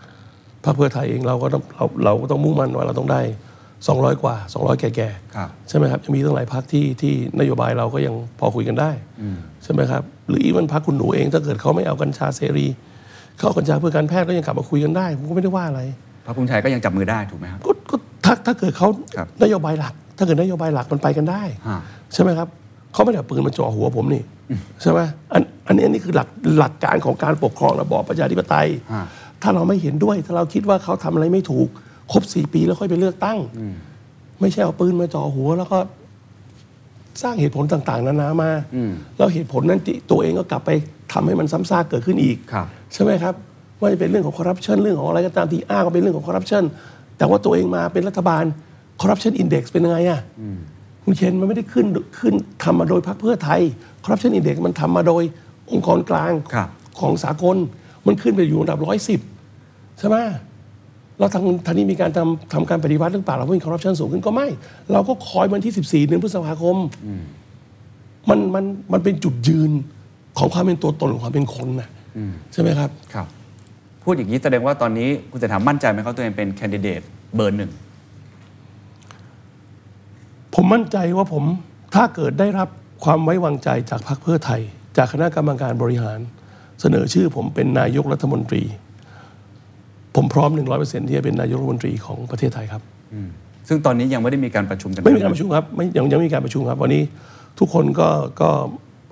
พรรคเพื่อไทยเองเราก็ต้องเราเราก็ต้องมุ่งมั่นว่าเราต้องได้ 200 กว่า 200 แก่ ครับ ๆใช่ไหมครับยังมีตั้งหลายพักที่ที่นโยบายเราก็ยังพอคุยกันได้ ใช่ไหมครับ หรืออีวันพักคุณหนูเองถ้าเกิดเขาไม่เอากัญชาเสรี เขาเอากัญชาเพื่อการแพทย์ก็ยังกลับมาคุยกันได้ ผมก็ไม่ได้ว่าอะไร พรรคภูมิใจก็ยังจับมือได้ถูกไหมครับ ถ้าถ้าเกิดเขานโยบายหลัก ถ้าเกิดนโยบายหลักมันไปกันได้ ใช่ไหมครับเขาไม่ได้เอาปืนมาจ่อหัวผมนี่ใช่ไหมอันอันนี้อันนี้คือหลักหลักการของการปกครองระบอบประชาธิปไตย ถ้าเราไม่เห็นด้วย ถ้าเราคิดว่าเขาทำอะไรไม่ถูก ครบสี่ปีแล้วค่อยไปเลือกตั้ง ไม่ใช่เอาปืนมาจ่อหัว แล้วก็สร้างเหตุผลต่างๆนานามา แล้วเหตุผลนั้นที่ตัวเองก็กลับไปทำให้มันซ้ำซากเกิดขึ้นอีก ใช่ไหมครับว่าจะเป็นเรื่องของคอร์รัปชันเรื่องของอะไรก็ตามที่อ้างว่าเป็นเรื่องของคอร์รัปชันแต่ว่าตัวเองมาเป็นรัฐบาลคอร์รัปชันอินเด็กซ์เป็นยังไงอะคุณเชนมันไม่ได้ขึ้นขึ้นทำมาโดยพรรคเพื่อไทยคอร์รัปชันอินเด็กซ์มันทำมาโดยองค์กรกลางของสากล มันขึ้นไปอยู่อันดับร้อยสิบใช่ไหมแล้วทางทางนี้มีการทำทำการปฏิวัติเรื่องป่าเราเพื่อคอร์รัปชันสูงขึ้นก็ไม่ เราก็คอยวันที่ 14เดือนพฤษภาคม มันมันมันเป็นจุดยืนของความเป็นตัวตนของความเป็นคนนะใช่ไหมครับ ครับ พูดอย่างนี้แสดงว่าตอนนี้คุณเศรษฐามั่นใจไหมครับตัวเองเป็นแคนดิเดตเบอร์หนึ่ง ผมมั่นใจว่าผมถ้าเกิดได้รับความไว้วางใจจากพรรคเพื่อไทย จากคณะกรรมการบริหาร เสนอชื่อผมเป็นนายกรัฐมนตรี ผมพร้อม 100%ที่จะเป็นนายกรัฐมนตรีของประเทศไทยครับ ซึ่งตอนนี้ยังไม่ได้มีการประชุมกัน ไม่มีการประชุมครับไม่ยังยังไม่มีการประชุมครับ วันนี้ทุกคนก็ก็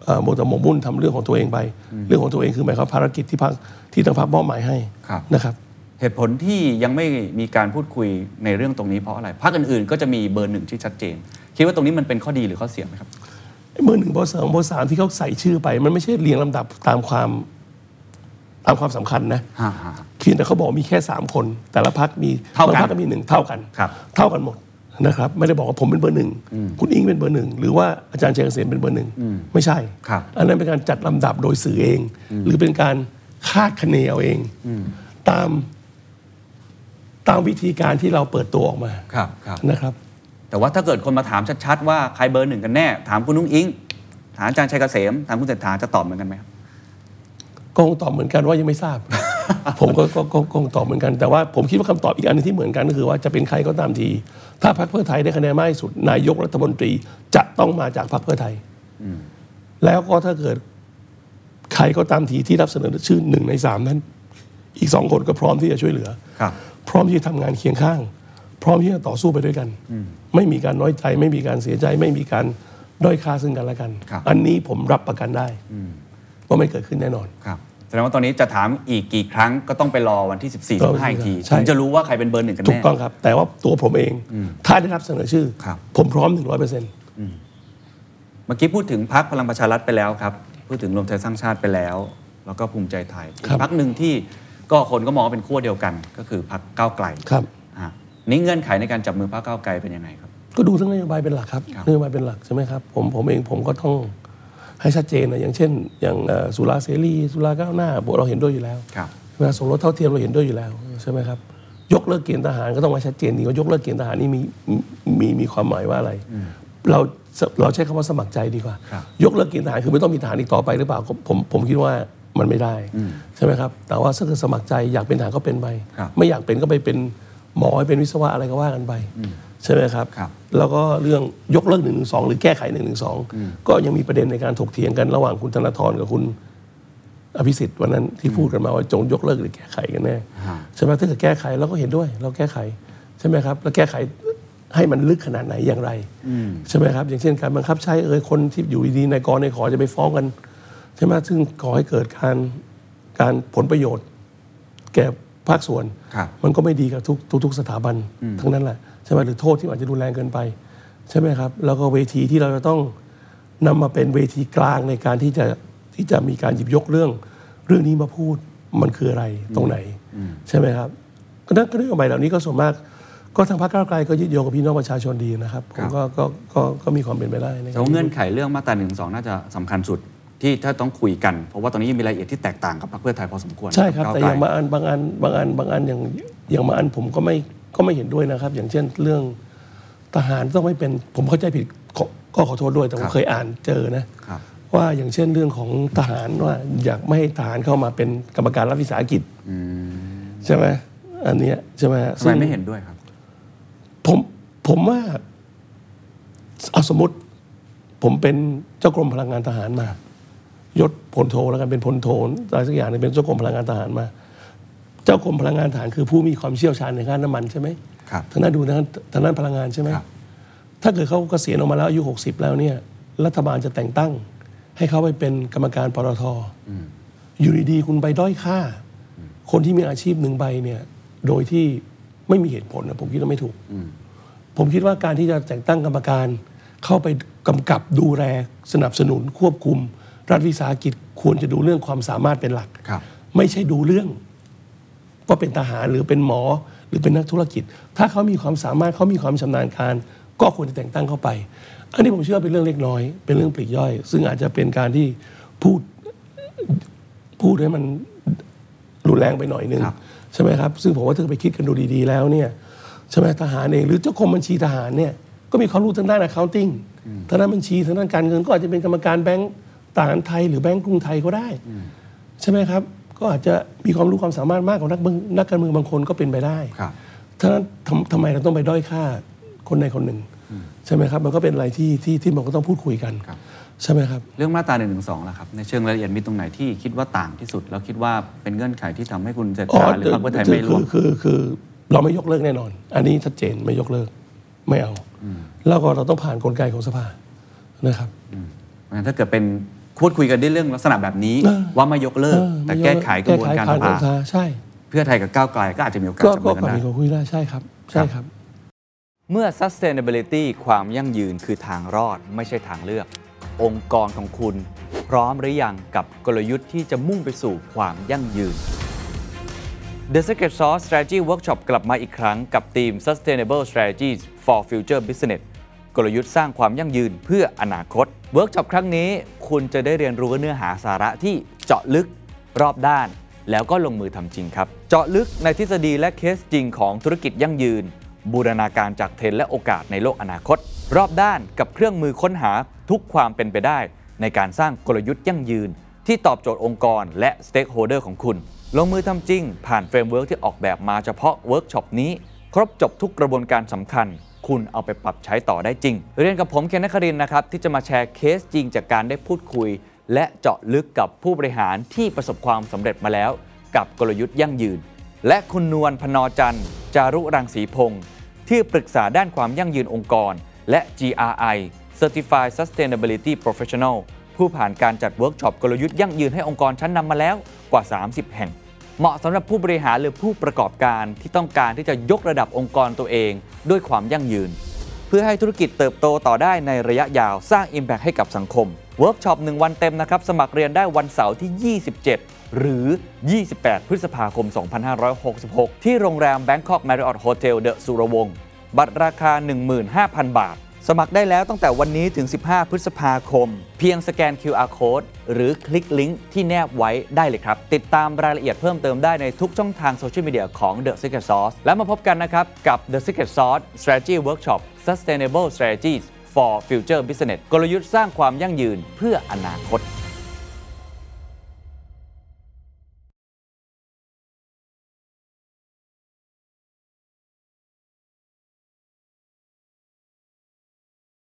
เอ่อหมดแต่หมกมุ่นทำเรื่องของตัวเองไป เรื่องของตัวเองคือหมายความภารกิจที่พรรคที่ทางพรรคมอบหมายให้ ครับ นะครับ เหตุผลที่ยังไม่มีการพูดคุยในเรื่องตรงนี้เพราะอะไรพรรคอื่นๆ ก็จะมีเบอร์หนึ่งที่ชัดเจน คิดว่าตรงนี้มันเป็นข้อดีหรือข้อเสียไหมครับ เบอร์หนึ่งเบอร์สองเบอร์สามที่เขาใส่ชื่อไป มันไม่ใช่เรียงลำดับตามความตามความสำคัญนะเพียงแต่เขาบอกมีแค่สามคน แต่ละพักมี เท่ากับงพนรรคก็มีหนึ่งเท่ากัน เท่ากันหมดนะครับ ไม่ได้บอกว่าผมเป็นเบอร์หนึ่งคุณอิงเป็นเบอร์หนึ่งหรือว่าอาจารย์เจริญเกษมเป็นเบอร์หนึ่งไม่ใช่ อันนั้นเป็นการจัดลำดับโดยสื่อเอง หรือเป็นการคาดคะเนเอาเอง ตามตามวิธีการที่เราเปิดตัวออกมา ครับครับ นะครับ แต่ว่าถ้าเกิดคนมาถามชัดๆ ว่าใครเบอร์หนึ่งกันแน่ ถามคุณนุ้งอิง ถามอาจารย์ชัยเกษม ถามคุณเศรษฐาจะตอบเหมือนกันไหมครับ ก็คงตอบเหมือนกันว่ายังไม่ทราบ (laughs) ผมก็ก็ก็ก็คงตอบเหมือนกันแต่ว่าผมคิดว่าคำตอบอีกอันหนึงที่เหมือนกันก็คือว่าจะเป็นใครก็ตามที ถ้าพรรคเพื่อไทยได้คะแนนมากที่สุดนายกรัฐมนตรีจะต้องมาจากพรรคเพื่อไทย แล้วก็ถ้าเกิดใครก็ตามทีที่รับเสนอชื่อหนึ่งในสามนั้น อีกสองคนก็พร้อมที่จะช่วยเหลือ ครับ พร้อมที่จะทำงานเคียงข้าง พร้อมที่จะต่อสู้ไปด้วยกัน ไม่มีการน้อยใจ ไม่มีการเสียใจ ไม่มีการด้อยค่าซึ่งกันและกัน อันนี้ผมรับประกันได้ว่าไม่เกิดขึ้นแน่นอน ครับแสดงว่าตอนนี้จะถามอีกกี่ครั้งก็ต้องไปรอวันที่ 14บสี่ รอ ห้าอีกที ใช่ ถึงจะรู้ว่าใครเป็นเบอร์หนึ่งกัน ถูก แน่ ต้องครับ แต่ว่าตัวผมเอง ถ้าได้รับเสนอชื่อ ผมพร้อม 100%เ เมื่อกี้พูดถึงพักพลังประชารัฐไปแล้วครับ พูดถึงรวมไทยสร้างชาติไปแล้ว แล้วก็ภูมิใจไทยอีกพักหนึ่งที่ก็คนก็มองว่าเป็นขั้วเดียวกัน ก็คือพักก้าวไกล ครับ อ่ะนี่เงื่อนไขในการจับมือพักก้าวไกลเป็นยังไงครับ ก็ดูทั้งนโยบายเป็นหลักครับนโยบายเป็นหลักใช่ไหมครับผมผมเองผมก็ต้องให้ชัดเจนนะอย่างเช่น อย่างเอ่อสุราเสรีสุราก้าวหน้าพวกเราเห็นด้วยอยู่แล้ว ครับ เวลาสมรสเท่าเทียมเราเห็นด้วยอยู่แล้วใช่ไหมครับยกเลิกเกณฑ์ทหารก็ต้องมาชัดเจนดีว่ายกเลิกเกณฑ์ทหารนี่มีมีมีความหมายว่าอะไร เราเราใช้คำว่าสมัครใจดีกว่า ครับ ยกเลิกเกณฑ์ทหารคือไม่ต้องมีทหารอีกต่อไปหรือเปล่าผมผมผมคิดว่ามันไม่ได้ ใช่ไหมครับ แต่ว่าถ้าเกิดสมัครใจอยากเป็นทหารก็เป็นไป ครับ ไม่อยากเป็นก็ไปเป็นหมอไปเป็นวิศวะอะไรก็ว่ากันไป ใช่ไหมครับ แล้วก็เรื่องยกเลิก1นึหรือแก้ไข1นึก็ยังมีประเด็นในการถกเถียงกันระหว่างคุณธนาธรกับคุณอภิสิทธิ์วันนั้นที่พูดกันมาว่าจงยกเลิกหรือแก้ไขกันแน่ใช่ไหมถ้าเกิดแก้ไขเราก็เห็นด้วย เราแก้ไขใช่ไหมครับแล้วแก้ไขให้มันลึกขนาดไหนอย่างไร ใช่ไหมครับ อย่างเช่นการบังคับใช้เอ่ยคนที่อยู่ดีๆในายกรในายขอจะไปฟ้องกัน ใช่ไหมซึ่งก่อให้เกิดการการผลประโยชน์ แก่ภาคส่วน มันก็ไม่ดีกับทุกทุกทุกสถาบัน อืม ทั้งนั้นแหละใช่ไหมหรือโทษที่อาจจะรุนแรงเกินไป ใช่ไหมครับ แล้วก็เวทีที่เราจะต้องนำมาเป็นเวทีกลางในการที่จะที่จะมีการหยิบยกเรื่อง เรื่องนี้มาพูดมันคืออะไรตรงไหน ใช่ไหมครับก็นั่นก็เรื่องใหม่เหล่านี้ก็ส่วนมาก ก็ทางพรรคก้าวไกลก็ยึดโยงกับพี่น้องประชาชนดีนะครับผมก็ก็ก็ก็มีความเป็นไปได้ใน แต่ว่าเงื่อนไขเรื่องมาตราหนึ่งสองน่าจะสำคัญสุดที่ถ้าต้องคุยกัน เพราะว่าตอนนี้ยังมีรายละเอียดที่แตกต่างกับพรรคเพื่อไทยพอสมควร ใช่ครับ แต่อก้วไกล ย่างบางอันบางอันบางอันบางอันอย่างอย่างบางอันผมก็ไม่ก็ไม่เห็นด้วยนะครับ อย่างเช่นเรื่องทหารต้องไม่เป็นผมเข้าใจผิดขอก็ขอโทษด้วยแต่ผ ครั ม บ เคยอ่านเจอนะ ครับ ว่าอย่างเช่นเรื่องของทหารว่าอยากไม่ให้ทหารเข้ามาเป็นกรรมการรัฐวิสาหกิจใช่ไหมอันเนี้ยใช่ไหม ทำไมไม่เห็นด้วยครับ ผมผมว่าเอาสมมติ ผมเป็นเจ้ากรมพลังงานทหารมายศพลโทแล้วกันเป็นพลโทอะไรสักอย่างหนึงเป็นเจ้ากรมพลังงานทหารมา เจ้ากรมพลังงานทหารคือผู้มีความเชี่ยวชาญในด้านน้ำมันใช่ไหม ครับ ทางด้านดูทางด้านทางด้านพลังงานใช่ไหมถ้าเกิดเขาเกษียณออกมาแล้วอายุ60 แล้วเนี่ย รัฐบาลจะแต่งตั้ง ให้เขาไปเป็นกรรมการปตท อยู่ดีๆคุณไปด้อยค่า คนที่มีอาชีพหนึ่งใบเนี่ย โดยที่ไม่มีเหตุผลนะผมคิดว่าไม่ถูก ผมคิดว่าการที่จะแต่งตั้งกรรมการ เข้าไปกำกับดูแลสนับสนุนควบคุม รัฐวิสาหกิจควรจะดูเรื่องความสามารถเป็นหลัก ครับ ไม่ใช่ดูเรื่องว่าเป็นทหารหรือเป็นหมอหรือเป็นนักธุรกิจ ถ้าเขามีความสามารถเขามีความชำนาญการ ก็ควรจะแต่งตั้งเข้าไป อันนี้ผมเชื่อว่าเป็นเรื่องเล็กน้อย เป็นเรื่องปลีกย่อย ซึ่งอาจจะเป็นการที่พูดพูดให้มันรุนแรงไปหน่อยนึงใช่ไหมครับ ซึ่งผมว่าถ้าไปคิดกันดูดีๆแล้วเนี่ยใช่ไหมทหารเองหรือเจ้ากรมบัญชีทหารเนี่ยก็มีความรู้ทางด้าน accounting ทางด้านบัญชีทางด้านการเงินก็อาจจะเป็นกรรมการแบงก์ต่างไทย หรือแบงก์กรุงไทยก็ได้ ใช่ไหมครับ ก็อาจจะมีความรู้ความสามารถมากกว่านักเมืองนักการเมืองบางคนก็เป็นไปได้ ครับ ท่านั้นทำทำไมเราต้องไปด้อยค่าคนใดคนหนึ่ง ใช่ไหมครับ มันก็เป็นอะไรที่ที่ที่มันก็ต้องพูดคุยกันใช่ไหมครับ เรื่องมาตรา1นึล่ะครับ ในเชิงรายละเอียดมีตรงไหนที่คิดว่าต่างที่สุด แล้วคิดว่าเป็นเงื่อนไขที่ทำให้คุณเศรษฐาหรือพรรคเพื่อไทยไม่ร่วม คือคือคือเราไม่ยกเลิกแน่นอน อันนี้ชัดเจนไม่ยกเลิกไม่เอา แล้วก็เราต้องผ่านกลไกของสภานะครับ เพราะฉะนั้นถ้าเกิดเป็นพูดคุยกันได้เรื่องลักษณะแบบนี้ เออ ว่าไม่ยกเลิก แต่แก้ไขกระบวนการ แผ่ ส นก ภา ฎหมยใช่ เพื่อไทยกับก้าวไกลก็อาจจะมีโอกาส ก็ จับ ก็ มือกัน ฝั่ง ได้ นี้ก็คุยได้ใช่ครับ ใช่ครับ เมื่อ sustainability ความยั่งยืนคือทางรอดไม่ใช่ทางเลือก องค์กรของคุณ พร้อมหรือยังกับกลยุทธ์ที่จะมุ่งไปสู่ความยั่งยืน The Secret Sauce Strategy Workshop กลับมาอีกครั้งกับทีม Sustainable Strategies for Future Business กลยุทธ์สร้างความยั่งยืนเพื่ออนาคต เวิร์กช็อปครั้งนี้ คุณจะได้เรียนรู้เนื้อหาสาระที่เจาะลึกรอบด้าน แล้วก็ลงมือทำจริงครับ เจาะลึกในทฤษฎีและเคสจริงของธุรกิจยั่งยืน บูรณาการจากเทรนด์และโอกาสในโลกอนาคต รอบด้านกับเครื่องมือค้นหาทุกความเป็นไปได้ ในการสร้างกลยุทธ์ยั่งยืน ที่ตอบโจทย์องค์กรและสเต็กโฮเดอร์ของคุณ ลงมือทำจริง ผ่านเฟรมเวิร์กที่ออกแบบมาเฉพาะเวิร์กช็อปนี้ ครบจบทุกกระบวนการสำคัญ คุณเอาไปปรับใช้ต่อได้จริง เรียนกับผมเคนนักครินทร์นะครับ ที่จะมาแชร์เคสจริงจากการได้พูดคุย และเจาะลึกกับผู้บริหารที่ประสบความสำเร็จมาแล้ว กับกลยุทธ์ยั่งยืน และคุณนวลพนอจันทร์จารุรังสีพงศ์ที่ปรึกษาด้านความยั่งยืนองค์กร และ GRI Certified Sustainability Professional ผู้ผ่านการจัดเวิร์กช็อปกลยุทธ์ยั่งยืนให้องค์กรชั้นนำมาแล้วกว่า 30 แห่ง เหมาะสำหรับผู้บริหารหรือผู้ประกอบการที่ต้องการที่จะยกระดับองค์กรตัวเองด้วยความยั่งยืน เพื่อให้ธุรกิจเติบโตต่อได้ในระยะยาวสร้าง Impact ให้กับสังคม เวิร์กช็อป 1 วันเต็มนะครับ สมัครเรียนได้วันเสาร์ที่ 27 หรือ 28 พฤษภาคม 2566 ที่โรงแรม Bangkok Marriott Hotel The สุรวงศ์บัตรราคา 15,000 บาท สมัครได้แล้วตั้งแต่วันนี้ถึง 15 พฤษภาคม เพียงสแกน QR Code หรือคลิกลิงก์ที่แนบไว้ได้เลยครับ ติดตามรายละเอียดเพิ่มเติมได้ในทุกช่องทางโซเชียลมีเดียของ The Secret Sauce แล้วมาพบกันนะครับ กับ The Secret Sauce Strategy Workshop Sustainable Strategies for Future Business กลยุทธ์สร้างความยั่งยืนเพื่ออนาคต